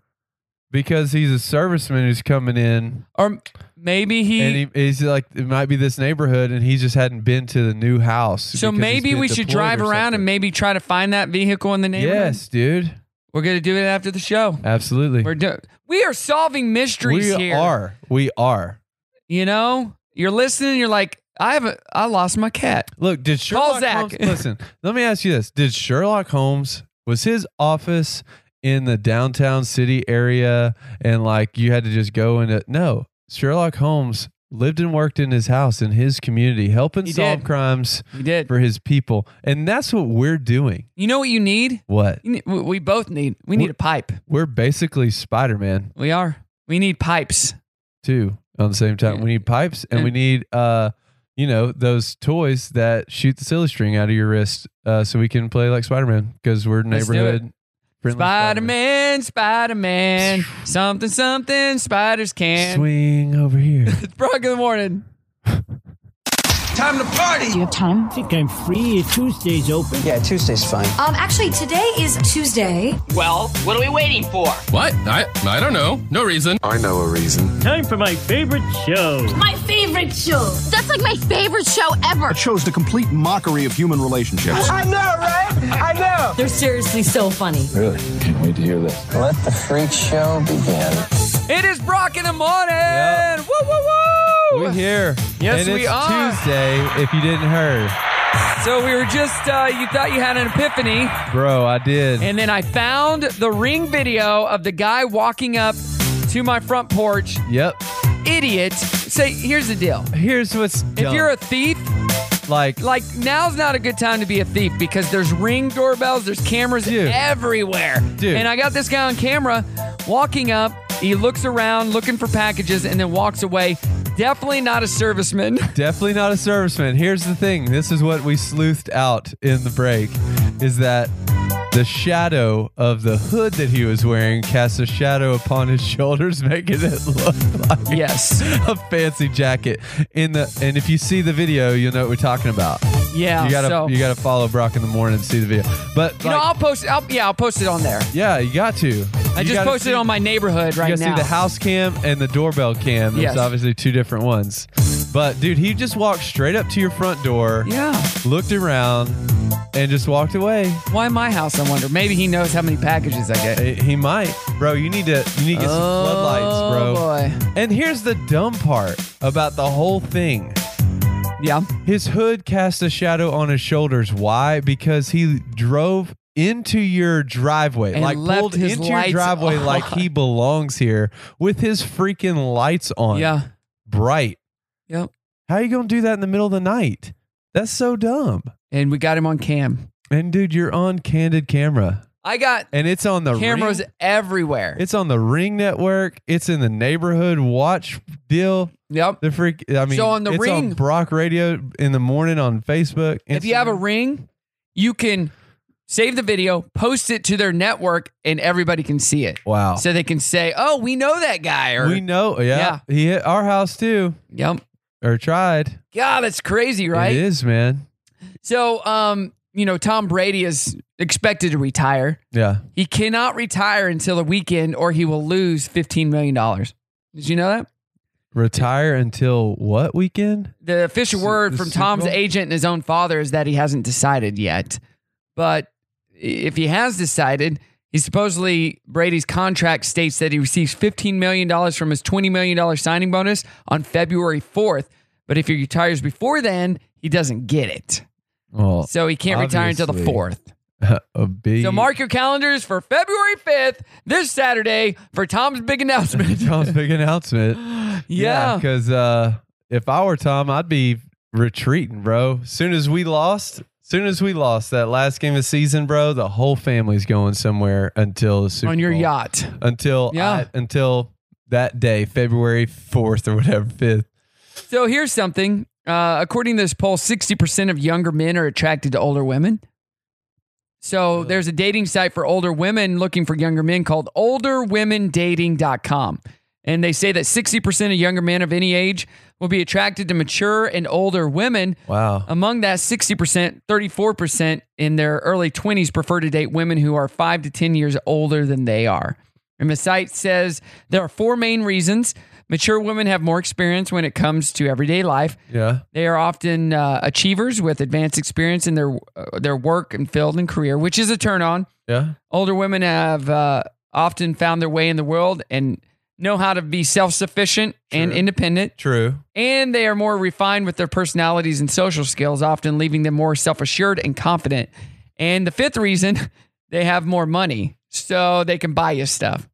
Speaker 6: because he's a serviceman who's coming in.
Speaker 1: Or maybe he.
Speaker 6: And he, he's like, it might be this neighborhood, and he just hadn't been to the new house.
Speaker 1: So
Speaker 6: because he's
Speaker 1: maybe
Speaker 6: been
Speaker 1: we should
Speaker 6: deployed
Speaker 1: drive
Speaker 6: or
Speaker 1: around and maybe try to find that vehicle in the
Speaker 6: something.
Speaker 1: neighborhood.
Speaker 6: Yes, dude.
Speaker 1: We're gonna do it after the show.
Speaker 6: Absolutely.
Speaker 1: We're do- we are solving mysteries
Speaker 6: we
Speaker 1: here.
Speaker 6: are. We are.
Speaker 1: You know, you're listening. You're like, I haven't. I lost my cat.
Speaker 6: Look, did Sherlock
Speaker 1: Call Zach.
Speaker 6: Holmes? Listen, let me ask you this: Did Sherlock Holmes was his office in the downtown city area, and like you had to just go into? No, Sherlock Holmes lived and worked in his house in his community, helping
Speaker 1: He
Speaker 6: solve
Speaker 1: did.
Speaker 6: crimes
Speaker 1: He did.
Speaker 6: for his people, and that's what we're doing.
Speaker 1: You know what you need?
Speaker 6: What
Speaker 1: You need- we- We both need. We need a pipe.
Speaker 6: we're basically Spider Man
Speaker 1: We are. We need pipes.
Speaker 6: too. On the same time, we need pipes, and we need uh. You know those toys that shoot the silly string out of your wrist, uh, so we can play like Spider Man because we're
Speaker 1: Let's do it.
Speaker 6: neighborhood friendly.
Speaker 1: Spider Man, Spider Man, something, something. Spiders can.
Speaker 6: Swing over here.
Speaker 1: It's Brock in the morning.
Speaker 4: Time to party! Do you have time? I think I'm free. Tuesday's open. Yeah, Tuesday's fine.
Speaker 22: Um, actually, today is Tuesday.
Speaker 4: Well, what are we waiting for?
Speaker 23: What? I I don't know. No reason. I know a reason. Time for my favorite show.
Speaker 22: My favorite show. That's like my favorite show ever.
Speaker 24: It shows the complete mockery of human relationships.
Speaker 5: know, right? I know. They're seriously so funny.
Speaker 24: Really? Can't wait to hear this. Let the freak show begin.
Speaker 1: It is Brock in the morning. Woo, woo, woo.
Speaker 6: We're here.
Speaker 1: Yes,
Speaker 6: and
Speaker 1: we
Speaker 6: it's
Speaker 1: are.
Speaker 6: Tuesday. If you didn't hear,
Speaker 1: So we were just, uh, you thought you had an epiphany,
Speaker 6: bro, I did.
Speaker 1: and then I found the ring video of the guy walking up to my front porch.
Speaker 6: yep.
Speaker 1: Idiot. Say, here's the deal.
Speaker 6: Here's what's
Speaker 1: If
Speaker 6: dumb.
Speaker 1: you're a thief,
Speaker 6: like,
Speaker 1: like now's not a good time to be a thief because there's ring doorbells, there's cameras everywhere.
Speaker 6: Dude.
Speaker 1: And I got this guy on camera walking up. He looks around looking for packages and then walks away. Definitely not a serviceman.
Speaker 6: Definitely not a serviceman. Here's the thing. This is what we sleuthed out in the break is that the shadow of the hood that he was wearing casts a shadow upon his shoulders, making it look like
Speaker 1: yes.
Speaker 6: a fancy jacket. In the and if you see the video, you'll know what we're talking about.
Speaker 1: Yeah,
Speaker 6: You gotta
Speaker 1: so-
Speaker 6: you gotta follow Brock in the morning and see the video. But
Speaker 1: You know, I'll post. I'll, yeah, I'll post it on there.
Speaker 6: Yeah, you got to.
Speaker 1: I
Speaker 6: You
Speaker 1: just
Speaker 6: gotta
Speaker 1: posted
Speaker 6: see-
Speaker 1: it on my neighborhood right
Speaker 6: you gotta
Speaker 1: now.
Speaker 6: see the house cam and the doorbell cam. There's
Speaker 1: Yes.
Speaker 6: obviously two different ones. But dude, he just walked straight up to your front door.
Speaker 1: Yeah.
Speaker 6: Looked around and just walked away.
Speaker 1: Why my house? I wonder. Maybe he knows how many packages I get.
Speaker 6: He might, bro. You need to. You need to get some floodlights, bro.
Speaker 1: Oh, boy.
Speaker 6: And here's the dumb part about the whole thing.
Speaker 1: Yeah.
Speaker 6: His hood cast a shadow on his shoulders. Why? Because he drove into your driveway,
Speaker 1: And
Speaker 6: like
Speaker 1: left
Speaker 6: pulled
Speaker 1: his
Speaker 6: into your
Speaker 1: lights
Speaker 6: driveway,
Speaker 1: on.
Speaker 6: like he belongs here with his freaking lights on.
Speaker 1: Yeah.
Speaker 6: Bright.
Speaker 1: Yep.
Speaker 6: How you gonna do that in the middle of the night? That's so dumb.
Speaker 1: And we got him on cam.
Speaker 6: And dude, you're on candid camera.
Speaker 1: I got
Speaker 6: And it's on the
Speaker 1: cameras
Speaker 6: Ring.
Speaker 1: everywhere.
Speaker 6: It's on the Ring Network. It's in the neighborhood watch deal.
Speaker 1: Yep.
Speaker 6: The freak. I mean,
Speaker 1: So on the
Speaker 6: it's
Speaker 1: Ring-
Speaker 6: Brock Radio in the morning on Facebook.
Speaker 1: If you have a ring, you can save the video, post it to their network, and everybody can see it.
Speaker 6: Wow.
Speaker 1: So they can say, "Oh, we know that guy." Or
Speaker 6: we know. Yeah, He hit our house too.
Speaker 1: Yep.
Speaker 6: Or tried.
Speaker 1: God, that's crazy, right?
Speaker 6: It is, man.
Speaker 1: So, um, you know, Tom Brady is expected to retire.
Speaker 6: Yeah.
Speaker 1: He cannot retire until the weekend, or he will lose fifteen million dollars. Did you know that?
Speaker 6: Retire until what weekend?
Speaker 1: The official word
Speaker 6: the
Speaker 1: from
Speaker 6: Super
Speaker 1: Tom's
Speaker 6: Bowl?
Speaker 1: agent and his own father is that he hasn't decided yet. But if he has decided, he supposedly Brady's contract states that he receives $15 million from his $20 million signing bonus on February 4th. But if he retires before then, he doesn't get it.
Speaker 6: Well,
Speaker 1: So he can't retire until the
Speaker 6: obviously.
Speaker 1: 4th.
Speaker 6: a big
Speaker 1: So mark your calendars for February 5th, this Saturday, for Tom's big announcement.
Speaker 6: Tom's big announcement.
Speaker 1: Yeah.
Speaker 6: because uh, if I were Tom, I'd be retreating, bro. Soon as we lost, soon as we lost that last game of the season, bro, the whole family's going somewhere until the Super
Speaker 1: On your
Speaker 6: Bowl.
Speaker 1: yacht.
Speaker 6: Until
Speaker 1: Yeah.
Speaker 6: I- until that day, February fourth or whatever, fifth.
Speaker 1: So here's something. Uh, according to this poll, 60% of younger men are attracted to older women. So there's a dating site for older women looking for younger men called olderwomendating.com. And they say that 60% of younger men of any age will be attracted to mature and older women.
Speaker 6: Wow.
Speaker 1: Among that 60%, 34% in their early 20s prefer to date women who are 5 to 10 years older than they are. And the site says there are four main reasons. Mature women have more experience when it comes to everyday life.
Speaker 6: Yeah.
Speaker 1: They are often uh, achievers with advanced experience in their uh, their work and field and career, which is a turn on.
Speaker 6: Yeah.
Speaker 1: Older women have uh, often found their way in the world and know how to be self sufficient and independent.
Speaker 6: True.
Speaker 1: And they are more refined with their personalities and social skills, often leaving them more self assured and confident. And the fifth reason, they have more money, so they can buy you stuff,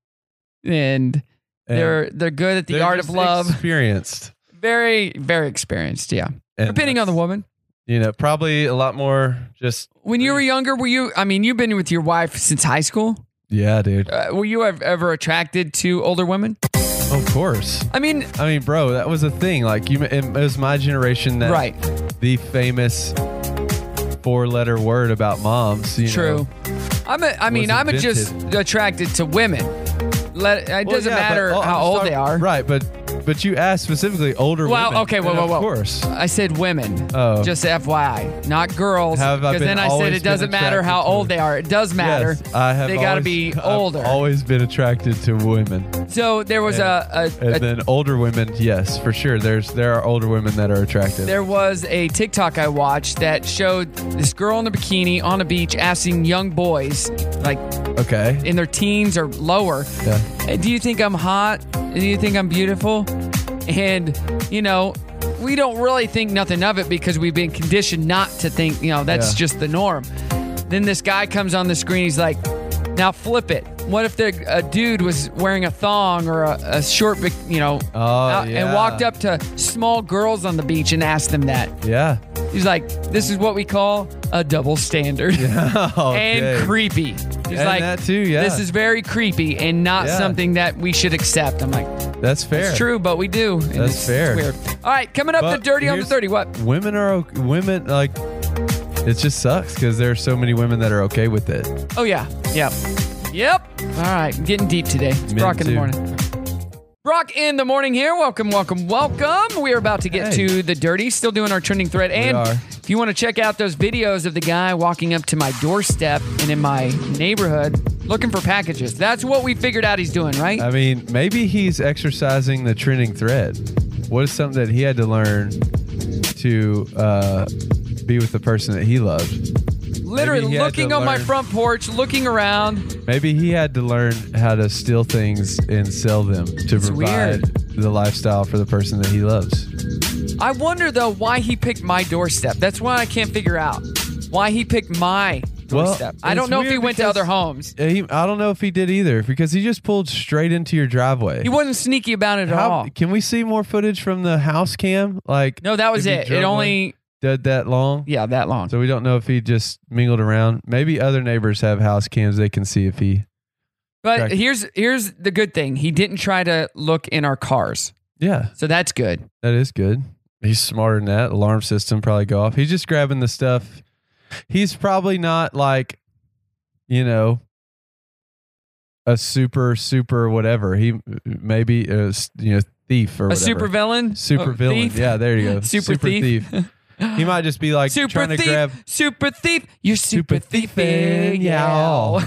Speaker 1: and they're they're good at the
Speaker 6: They're
Speaker 1: art of
Speaker 6: just
Speaker 1: love.
Speaker 6: Experienced.
Speaker 1: Very very experienced, yeah.
Speaker 6: And
Speaker 1: Depending on the woman.
Speaker 6: You know, probably a lot more just
Speaker 1: When you were younger, were you? I mean, you've been with your wife since high school.
Speaker 6: Yeah, dude.
Speaker 1: Uh, were you ev- ever attracted to older women?
Speaker 6: Of course.
Speaker 1: I mean,
Speaker 6: I mean, bro, that was a thing. Like you, it was my generation that
Speaker 1: Right.
Speaker 6: the famous four-letter word about moms. You
Speaker 1: True. I'm. A, I mean,
Speaker 6: Was
Speaker 1: I'm a just attracted to women. Let it
Speaker 6: Well,
Speaker 1: doesn't
Speaker 6: yeah, but-
Speaker 1: matter
Speaker 6: oh, I'm
Speaker 1: how
Speaker 6: just
Speaker 1: old
Speaker 6: talking-
Speaker 1: they are.
Speaker 6: Right, but but you asked specifically older
Speaker 1: Well,
Speaker 6: women.
Speaker 1: okay, whoa,
Speaker 6: and
Speaker 1: whoa, whoa.
Speaker 6: Of course.
Speaker 1: I said women.
Speaker 6: Oh.
Speaker 1: Just FYI, not girls.
Speaker 6: Have I
Speaker 1: Because
Speaker 6: been
Speaker 1: then I said
Speaker 6: always
Speaker 1: it
Speaker 6: been
Speaker 1: doesn't matter
Speaker 6: attracted
Speaker 1: how
Speaker 6: to
Speaker 1: old they are. It does matter.
Speaker 6: Yes, I have.
Speaker 1: They got to
Speaker 6: always-
Speaker 1: be
Speaker 6: I've
Speaker 1: older.
Speaker 6: always been attracted to women.
Speaker 1: so there was a, a,
Speaker 6: And
Speaker 1: a
Speaker 6: then older women, yes, for sure. There's there are older women that are attractive.
Speaker 1: There was a TikTok I watched that showed this girl in a bikini on a beach asking young boys, like
Speaker 6: okay,
Speaker 1: in their teens or lower,
Speaker 6: Yeah.
Speaker 1: "Hey, "Do you think I'm hot? Do you think I'm beautiful?" And you know, we don't really think nothing of it because we've been conditioned not to think. You know, that's
Speaker 5: Yeah.
Speaker 1: just the norm. Then this guy comes on the screen. He's like, "Now flip it. What if the a dude was wearing a thong or a, a short, bi- you know, out- and
Speaker 6: Oh, yeah.
Speaker 1: walked up to small girls on the beach and asked them that?"
Speaker 6: Yeah.
Speaker 1: He's like, this is what we call a double standard.
Speaker 6: okay.
Speaker 1: and creepy. He's
Speaker 6: And
Speaker 1: like,
Speaker 6: that too, yeah.
Speaker 1: this is very creepy and not
Speaker 6: Yeah.
Speaker 1: something that we should accept. I'm like,
Speaker 6: That's fair.
Speaker 1: it's true, but we do. and
Speaker 6: That's
Speaker 1: it's-
Speaker 6: fair.
Speaker 1: It's weird. All right, coming up,
Speaker 6: But
Speaker 1: the dirty on the
Speaker 6: here's-
Speaker 1: 30. What?
Speaker 6: Women are ok- women like it just sucks because there are so many women that are okay with it.
Speaker 1: Oh, yeah. Yep. Yep. All right, getting deep today. It's
Speaker 6: Men
Speaker 1: Brock in the
Speaker 6: too.
Speaker 1: morning. Brock in the morning here. Welcome, welcome, welcome. We are about to get
Speaker 6: Hey.
Speaker 1: to the dirty. Still doing our trending thread. And
Speaker 6: are.
Speaker 1: if you want to check out those videos of the guy walking up to my doorstep and in my neighborhood looking for packages, that's what we figured out he's doing, right?
Speaker 6: I mean, maybe he's exercising the trending thread. What is something that he had to learn to uh, be with the person that he loved?
Speaker 1: Literally
Speaker 6: he had
Speaker 1: looking
Speaker 6: to
Speaker 1: on my
Speaker 6: learn-
Speaker 1: front porch, looking around.
Speaker 6: Maybe he had to learn how to steal things and sell them to
Speaker 1: It's
Speaker 6: provide the lifestyle for the person that he loves.
Speaker 1: I wonder though why he picked my doorstep. That's why I can't figure out why he picked my
Speaker 6: Well,
Speaker 1: doorstep. I
Speaker 6: it's
Speaker 1: don't know if he
Speaker 6: weird
Speaker 1: went to
Speaker 6: because-
Speaker 1: other homes.
Speaker 6: Yeah, He, I don't know if he did either because he just pulled straight into your driveway.
Speaker 1: He wasn't sneaky about it at
Speaker 6: How-
Speaker 1: all.
Speaker 6: Can we see more footage from the house cam? Like
Speaker 1: No, that was
Speaker 6: if he
Speaker 1: it. It
Speaker 6: drove
Speaker 1: only-
Speaker 6: one, did that long.
Speaker 1: Yeah, that long.
Speaker 6: So we don't know if he just mingled around. Maybe other neighbors have house cams; they can see if he.
Speaker 1: But
Speaker 6: Correct.
Speaker 1: here's here's the good thing. He didn't try to look in our cars.
Speaker 6: Yeah,
Speaker 1: So that's good.
Speaker 6: that is good. He's smarter than that. Alarm system probably go off. He's just grabbing the stuff. He's probably not like, you know, a super super whatever. He maybe a s- you know thief or
Speaker 1: A
Speaker 6: whatever.
Speaker 1: super villain?
Speaker 6: Super
Speaker 1: A
Speaker 6: villain.
Speaker 1: thief?
Speaker 6: Yeah, there you go.
Speaker 1: Super thief?
Speaker 6: He might just be like
Speaker 1: Super
Speaker 6: trying to
Speaker 1: thief,
Speaker 6: grab
Speaker 1: super thief, you're super, thiefing,
Speaker 6: y'all.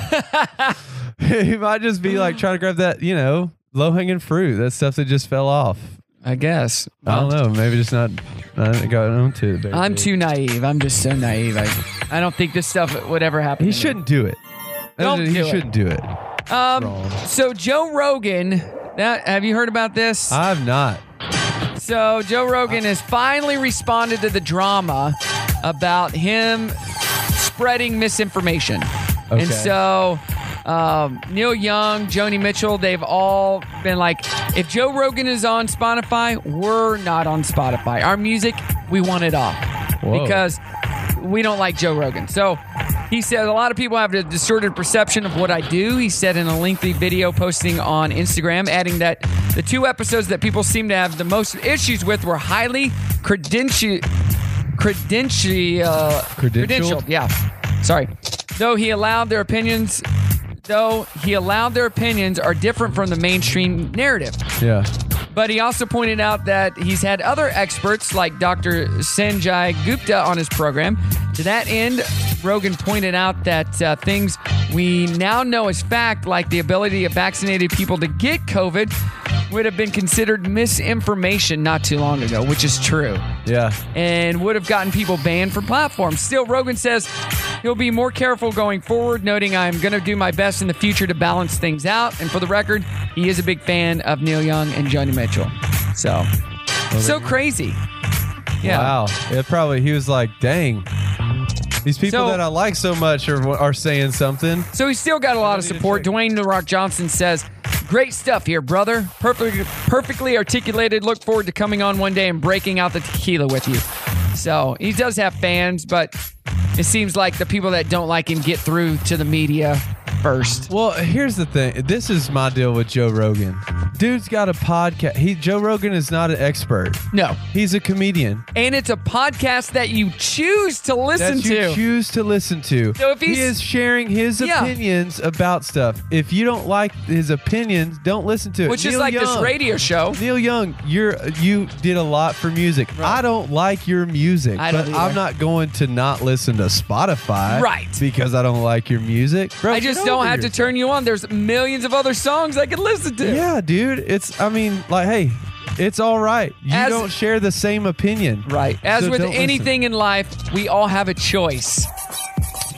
Speaker 6: he might just be like trying to grab that, you know, low hanging fruit, that stuff that just fell off.
Speaker 1: I guess.
Speaker 6: I don't know. Maybe just not. I got onto it. very
Speaker 1: I'm
Speaker 6: big.
Speaker 1: too naive. I'm just so naive. I, I don't think this stuff would ever happen.
Speaker 6: He
Speaker 1: to me.
Speaker 6: shouldn't do it.
Speaker 1: Don't
Speaker 6: he
Speaker 1: do it.
Speaker 6: shouldn't do it.
Speaker 1: Um, so Joe Rogan, that have you heard about this?
Speaker 6: I've not.
Speaker 1: So Joe Rogan has finally responded to the drama about him spreading misinformation.
Speaker 6: Okay.
Speaker 1: And so um, Neil Young, Joni Mitchell, they've all been like, if Joe Rogan is on Spotify, we're not on Spotify. Our music, we want it off
Speaker 5: Whoa.
Speaker 1: because we don't like Joe Rogan. So he said a lot of people have a distorted perception of what I do. He said in a lengthy video posting on Instagram, adding that the two episodes that people seem to have the most issues with were highly credential, credential,
Speaker 6: Credentialed?
Speaker 1: credentialed. Yeah, sorry. Though he allowed their opinions, though he allowed their opinions are different from the mainstream narrative.
Speaker 6: Yeah.
Speaker 1: But he also pointed out that he's had other experts like Dr. Sanjay Gupta on his program. To that end, Rogan pointed out that uh, things we now know as fact, like the ability of vaccinated people to get COVID, would have been considered misinformation not too long ago, which is true
Speaker 6: Yeah.
Speaker 1: and would have gotten people banned from platforms. Still, Rogan says he'll be more careful going forward, noting I'm going to do my best in the future to balance things out. And for the record, he is a big fan of Neil Young and Joni Mitchell. So, so crazy. Yeah.
Speaker 6: Wow. It probably he was like, dang. These people
Speaker 1: So-
Speaker 6: that I like so much are are saying something.
Speaker 1: So he's still got a lot of support. Dwayne The Rock Johnson says, Great stuff here, brother. Perfectly, perfectly articulated. Look forward to coming on one day and breaking out the tequila with you. So he does have fans, but it seems like the people that don't like him get through to the media first.
Speaker 6: Well, here's the thing. This is my deal with Joe Rogan. Dude's got a podcast. He Joe Rogan is not an expert.
Speaker 1: No.
Speaker 6: He's a comedian.
Speaker 1: And it's a podcast that you choose to listen
Speaker 6: that you
Speaker 1: to.
Speaker 6: choose to listen to.
Speaker 1: So if
Speaker 6: he
Speaker 1: he's-
Speaker 6: is sharing his
Speaker 1: Yeah.
Speaker 6: opinions about stuff. If you don't like his opinions, don't listen to it.
Speaker 1: Which is like this radio show.
Speaker 6: Neil Young, you're you did a lot for music. I don't like your music,
Speaker 1: I
Speaker 6: but
Speaker 1: don't either.
Speaker 6: I'm not going to not listen to Spotify,
Speaker 1: Right.
Speaker 6: Because I don't like your music, Bro,
Speaker 1: I
Speaker 6: get
Speaker 1: just don't
Speaker 6: over
Speaker 1: have to
Speaker 6: yourself.
Speaker 1: turn you on. There's millions of other songs I can listen to.
Speaker 6: Yeah, dude. It's I mean, like, hey, it's all right. You
Speaker 1: As-
Speaker 6: don't share the same opinion, right?
Speaker 1: As with anything in life, we all have a choice.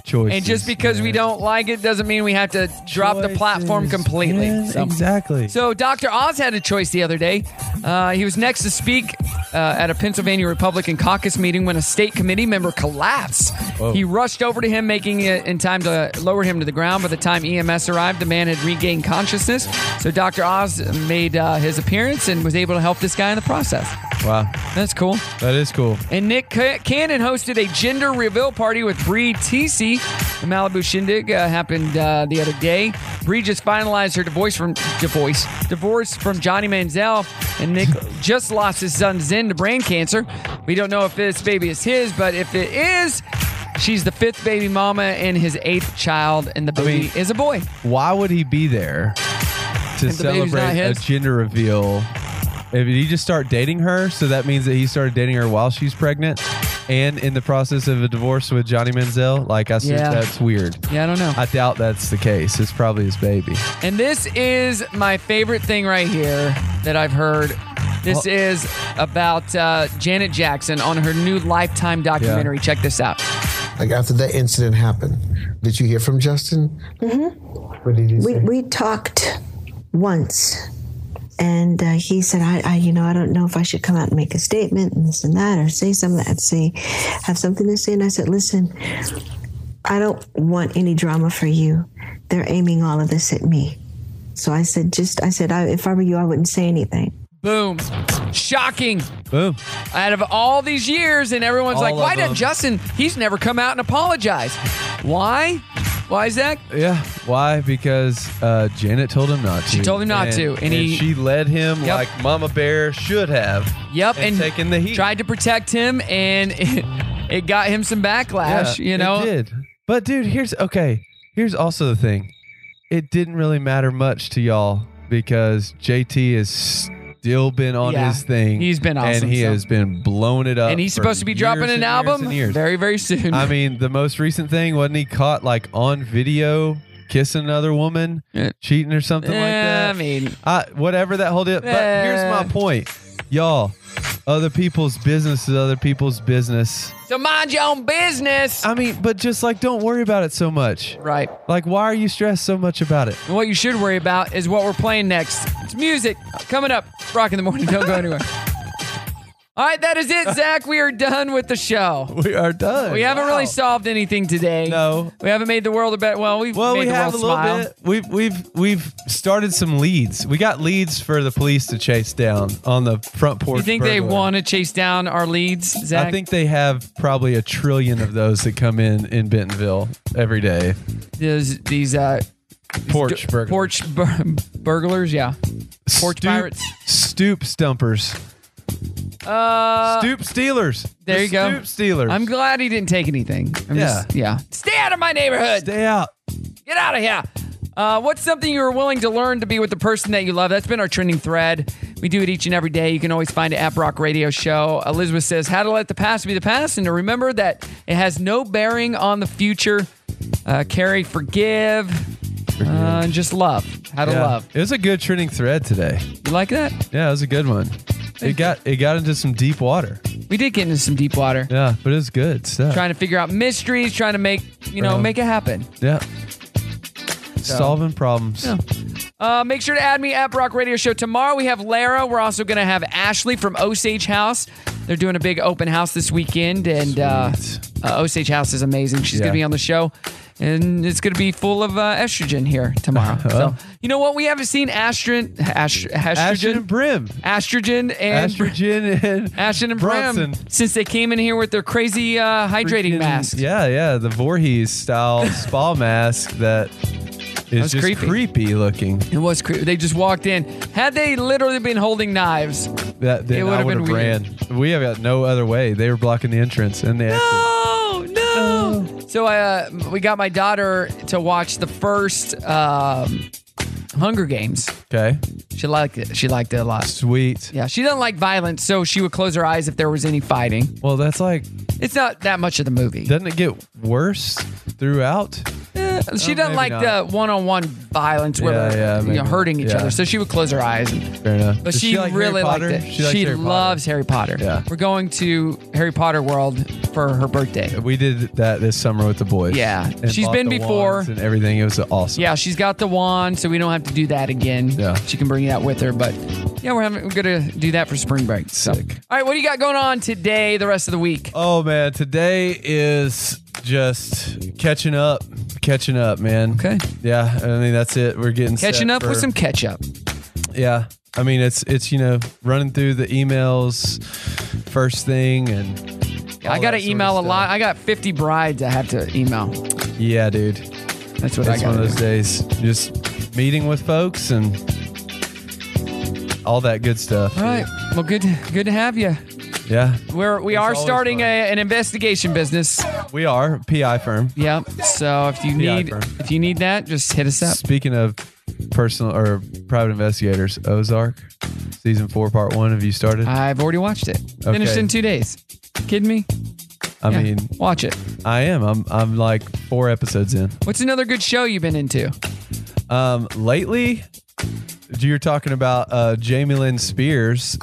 Speaker 6: choice,
Speaker 1: and just because we don't like it doesn't mean we have to drop the platform completely. So-
Speaker 6: exactly.
Speaker 1: So Dr. Oz had a choice the other day. Uh, he was next to speak uh, at a Pennsylvania Republican caucus meeting when a state committee member collapsed.
Speaker 5: Whoa.
Speaker 1: He rushed over to him, making it in time to lower him to the ground. By the time EMS arrived, the man had regained consciousness. So Dr. Oz made uh, his appearance and was able to help this guy in the process.
Speaker 6: Wow,
Speaker 1: that's cool.
Speaker 6: That is cool.
Speaker 1: And Nick Ca- Cannon hosted a gender reveal party with Bree Teesey. The Malibu Shindig uh, happened uh, the other day. Bree just finalized her divorce from divorce divorce from Johnny Manziel, and Nick just lost his son Zen to brain cancer. We don't know if this baby is his, but if it is, she's the fifth baby mama and his eighth child, and the baby is a boy.
Speaker 6: Why would he be there to
Speaker 1: If the baby's not
Speaker 6: celebrate a
Speaker 1: his?
Speaker 6: gender reveal? If he just start dating her, so that means that he started dating her while she's pregnant, and in the process of a divorce with Johnny Manziel. Like I said,
Speaker 1: Yeah.
Speaker 6: that's weird.
Speaker 1: Yeah, I don't know.
Speaker 6: I doubt that's the case. It's probably his baby.
Speaker 1: And this is my favorite thing right here that I've heard. This is about uh, Janet Jackson on her new Lifetime documentary. Check this out.
Speaker 20: Like after that incident happened, did you hear from Justin?
Speaker 21: Mm-hmm.
Speaker 20: What did he
Speaker 21: we,
Speaker 20: say?
Speaker 21: we talked once and uh, he said I, I you know i don't know if i should come out and make a statement and this and that or say something I'd say have something to say and i said listen i don't want any drama for you they're aiming all of this at me so i said just i said I, if i were you i wouldn't say anything
Speaker 1: Boom. Shocking.
Speaker 6: Boom.
Speaker 1: Out of all these years, and everyone's
Speaker 21: All
Speaker 1: like,
Speaker 21: of
Speaker 1: why
Speaker 21: them.
Speaker 1: did Justin? He's never come out and apologized. Why? Why is that?
Speaker 6: Yeah. Why? Because uh, Janet told him not to.
Speaker 1: She told him not to, and he-
Speaker 6: she led him
Speaker 1: Yep.
Speaker 6: like Mama Bear should have.
Speaker 1: Yep.
Speaker 6: And,
Speaker 1: And,
Speaker 6: taking the heat.
Speaker 1: tried to protect him, and it, got him some backlash,
Speaker 6: Yeah,
Speaker 1: you know?
Speaker 6: It did. But dude, here's okay. Here's also the thing. It didn't really matter much to y'all because JT has still been on
Speaker 1: Yeah.
Speaker 6: his thing.
Speaker 1: He's been awesome,
Speaker 6: and he
Speaker 1: so-
Speaker 6: has been blowing it up.
Speaker 1: And he's
Speaker 6: for
Speaker 1: supposed to be
Speaker 6: years
Speaker 1: dropping
Speaker 6: and
Speaker 1: an
Speaker 6: years
Speaker 1: album
Speaker 6: and years.
Speaker 1: very, very soon.
Speaker 6: I mean, the most recent thing wasn't he caught like on video kissing another woman, cheating or something like
Speaker 1: Yeah,
Speaker 6: that.
Speaker 1: I mean,
Speaker 6: I, whatever that whole deal. But here's
Speaker 1: Eh.
Speaker 6: my point, y'all. Other people's business is other people's business.
Speaker 1: So mind your own business.
Speaker 6: I mean, but just like don't worry about it so much.
Speaker 1: Right.
Speaker 6: Like why are you stressed so much about it?
Speaker 1: And what you should worry about is what we're playing next. It's music coming up. Rock in the morning. Don't go anywhere. All right, that is it, Zach. We are done with the show.
Speaker 6: We are done.
Speaker 1: We haven't really
Speaker 6: Wow.
Speaker 1: solved anything today. No, we haven't made the world a better. Well, we've
Speaker 6: Well,
Speaker 1: made
Speaker 6: we
Speaker 1: the
Speaker 6: have a
Speaker 1: world
Speaker 6: little
Speaker 1: smile.
Speaker 6: bit. We've we've we've started some leads. We got leads for the police to chase down on the front porch.
Speaker 1: You think they
Speaker 6: burglar.
Speaker 1: want to chase down our leads, Zach?
Speaker 6: I think they have probably a trillion of those that come in in Bentonville every day.
Speaker 1: these these uh,
Speaker 6: porch burglars.
Speaker 1: porch bur- burglars. Yeah, porch pirates.
Speaker 6: Stoop stumpers.
Speaker 1: Uh,
Speaker 6: stoop stealers.
Speaker 1: There
Speaker 6: The
Speaker 1: you go.
Speaker 6: Stoop stealers.
Speaker 1: I'm glad he didn't take anything. I'm
Speaker 6: Yeah.
Speaker 1: just- yeah. Stay out of my neighborhood.
Speaker 6: Stay out.
Speaker 1: Get out of here. Uh, what's something you were willing to learn to be with the person that you love? That's been our trending thread. We do it each and every day. You can always find it at Brock Radio Show. Elizabeth says, How to let the past be the past and to remember that it has no bearing on the future. Uh, Carrie, forgive. Uh, and just love. How to
Speaker 6: Yeah.
Speaker 1: love.
Speaker 6: It was a good trending thread today.
Speaker 1: You like that?
Speaker 6: Yeah, it was a good one. It got it got into some deep water.
Speaker 1: We did get into some deep water.
Speaker 6: Yeah, but it was good stuff.
Speaker 1: Trying to figure out mysteries, trying to make, you know,
Speaker 6: Um,
Speaker 1: make it happen.
Speaker 6: yeah. Solving problems.
Speaker 1: Uh, make sure to add me at Brock Radio Show. Tomorrow we have Lara. We're also going to have Ashley from Osage House. They're doing a big open house this weekend, and uh, uh, Osage House is amazing. She's going
Speaker 6: Yeah.
Speaker 1: to be on the show, and it's going to be full of uh, estrogen here tomorrow.
Speaker 6: Uh-huh.
Speaker 1: so, you know what? We haven't seen Astrin, Ast- estrogen,
Speaker 6: and Brim,
Speaker 1: estrogen and
Speaker 6: estrogen and
Speaker 1: Ashton and Brim
Speaker 6: Bronson.
Speaker 1: since they came in here with their crazy uh, hydrating
Speaker 6: Freaking-
Speaker 1: mask.
Speaker 6: Yeah, yeah, the Voorhees style spa mask that
Speaker 1: was
Speaker 6: is just
Speaker 1: creepy.
Speaker 6: creepy. looking.
Speaker 1: It was creepy. They just walked in. Had they literally been holding knives,
Speaker 6: That then
Speaker 1: It would've
Speaker 6: I
Speaker 1: been
Speaker 6: would have
Speaker 1: weird.
Speaker 6: ran. We have got no other way. They were blocking the entrance and the exit.
Speaker 1: Oh no! So uh, we got my daughter to watch the first um, Hunger Games.
Speaker 6: Okay.
Speaker 1: She liked it. She liked it a lot.
Speaker 6: Sweet.
Speaker 1: Yeah, she doesn't like violence, so she would close her eyes if there was any fighting.
Speaker 6: Well, that's like
Speaker 1: it's not that much of the movie.
Speaker 6: Doesn't it get worse throughout?
Speaker 1: Eh, she
Speaker 6: Oh,
Speaker 1: doesn't
Speaker 6: maybe
Speaker 1: like
Speaker 6: not.
Speaker 1: the one-on-one violence where
Speaker 6: Yeah,
Speaker 1: they're
Speaker 6: yeah,
Speaker 1: you know,
Speaker 6: maybe.
Speaker 1: hurting each
Speaker 6: Yeah.
Speaker 1: other. So she would close her eyes.
Speaker 6: Fair enough.
Speaker 1: But
Speaker 6: Does
Speaker 1: she,
Speaker 6: like Harry
Speaker 1: really liked
Speaker 6: Potter?
Speaker 1: it.
Speaker 6: She likes Harry Potter.
Speaker 1: loves Harry Potter.
Speaker 6: Yeah.
Speaker 1: We're going to Harry Potter World for her birthday.
Speaker 6: We did that this summer with the boys.
Speaker 1: Yeah.
Speaker 6: And
Speaker 1: She's
Speaker 6: bought
Speaker 1: been
Speaker 6: the
Speaker 1: before.
Speaker 6: wands and everything. It was awesome.
Speaker 1: Yeah, she's got the wand, so we don't have to do that again. Yeah. She can bring that with her, but yeah, we're having we're gonna do that for spring break. So. All right, what do you got going on today? The rest of the week?
Speaker 6: Oh man, today is just catching up, catching up, man.
Speaker 1: Okay.
Speaker 6: Yeah, I mean that's it. We're getting set
Speaker 1: Catching up with
Speaker 6: for-
Speaker 1: some catch up.
Speaker 6: Yeah, I mean it's it's you know running through the emails first thing and
Speaker 1: I
Speaker 6: all
Speaker 1: got
Speaker 6: that
Speaker 1: to
Speaker 6: sort of
Speaker 1: email a
Speaker 6: stuff.
Speaker 1: lot. I got 50 brides I have to email.
Speaker 6: Yeah, dude.
Speaker 1: That's what I
Speaker 6: it's one
Speaker 1: gotta
Speaker 6: of those
Speaker 1: do.
Speaker 6: days. Just meeting with folks and all that good stuff.
Speaker 1: All right. Well, good good to have you.
Speaker 6: Yeah,
Speaker 1: We're we
Speaker 6: It's
Speaker 1: are
Speaker 6: always
Speaker 1: starting a, an investigation business.
Speaker 6: we are PI firm.
Speaker 1: Yep. So if you need
Speaker 6: firm.
Speaker 1: if you need that, just hit us up.
Speaker 6: Speaking of personal or private investigators, Ozark season four, part one. Have you started?
Speaker 1: I've already watched it.
Speaker 6: Okay.
Speaker 1: Finished in two days. Kidding me?
Speaker 6: I
Speaker 1: Yeah.
Speaker 6: mean,
Speaker 1: watch it.
Speaker 6: I am. I'm. I'm like four episodes in.
Speaker 1: What's another good show you've been into?
Speaker 6: Um, lately, you're talking about uh, Jamie Lynn Spears.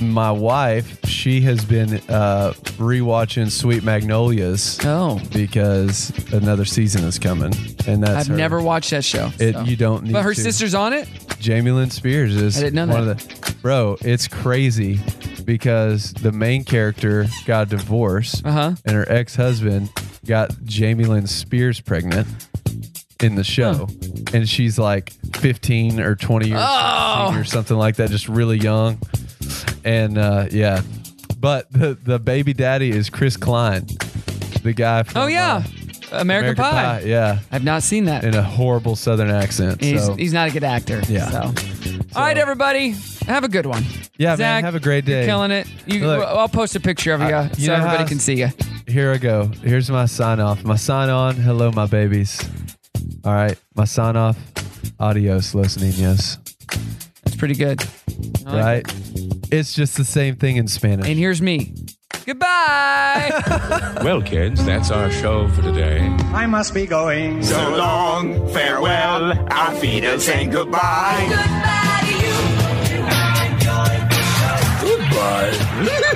Speaker 6: My wife, she has been uh, rewatching Sweet Magnolias.
Speaker 1: Oh,
Speaker 6: because another season is coming, and that's
Speaker 1: I've
Speaker 6: her.
Speaker 1: never watched that show.
Speaker 6: It,
Speaker 1: so.
Speaker 6: You don't need.
Speaker 1: But her
Speaker 6: to.
Speaker 1: sister's on it.
Speaker 6: Jamie Lynn Spears is
Speaker 1: I didn't know
Speaker 6: one of the bro. It's crazy because the main character got a divorce,
Speaker 1: Uh-huh.
Speaker 6: and her ex husband got Jamie Lynn Spears pregnant in the show, and she's like 15 or 20 years
Speaker 1: Oh.
Speaker 6: 16 or something like that, just really young, and uh, yeah. But the the baby daddy is Chris Klein, the guy. From, uh,
Speaker 1: Oh yeah, American, Pie.
Speaker 6: Yeah,
Speaker 1: I've not seen that
Speaker 6: in a horrible Southern accent.
Speaker 1: He's,
Speaker 6: so.
Speaker 1: he's not a good actor.
Speaker 6: Yeah.
Speaker 1: So. All right, everybody, have a good one.
Speaker 6: Yeah,
Speaker 1: Zach,
Speaker 6: man. Have a great day.
Speaker 1: You're killing it. You,
Speaker 6: Look.
Speaker 1: I'll post a picture of you,
Speaker 6: I- you
Speaker 1: so
Speaker 6: know how
Speaker 1: everybody
Speaker 6: I-
Speaker 1: can see you.
Speaker 6: Here I go. Here's my sign off. My sign on. Hello, my babies. All right. My sign off. Adios, los niños.
Speaker 1: That's pretty good. I like
Speaker 6: right? It's just the same thing in Spanish.
Speaker 1: And here's me. Goodbye.
Speaker 3: Well, kids, that's our show for today.
Speaker 7: I must be going. So long, farewell, our feet are saying goodbye. Goodbye to you. Goodbye.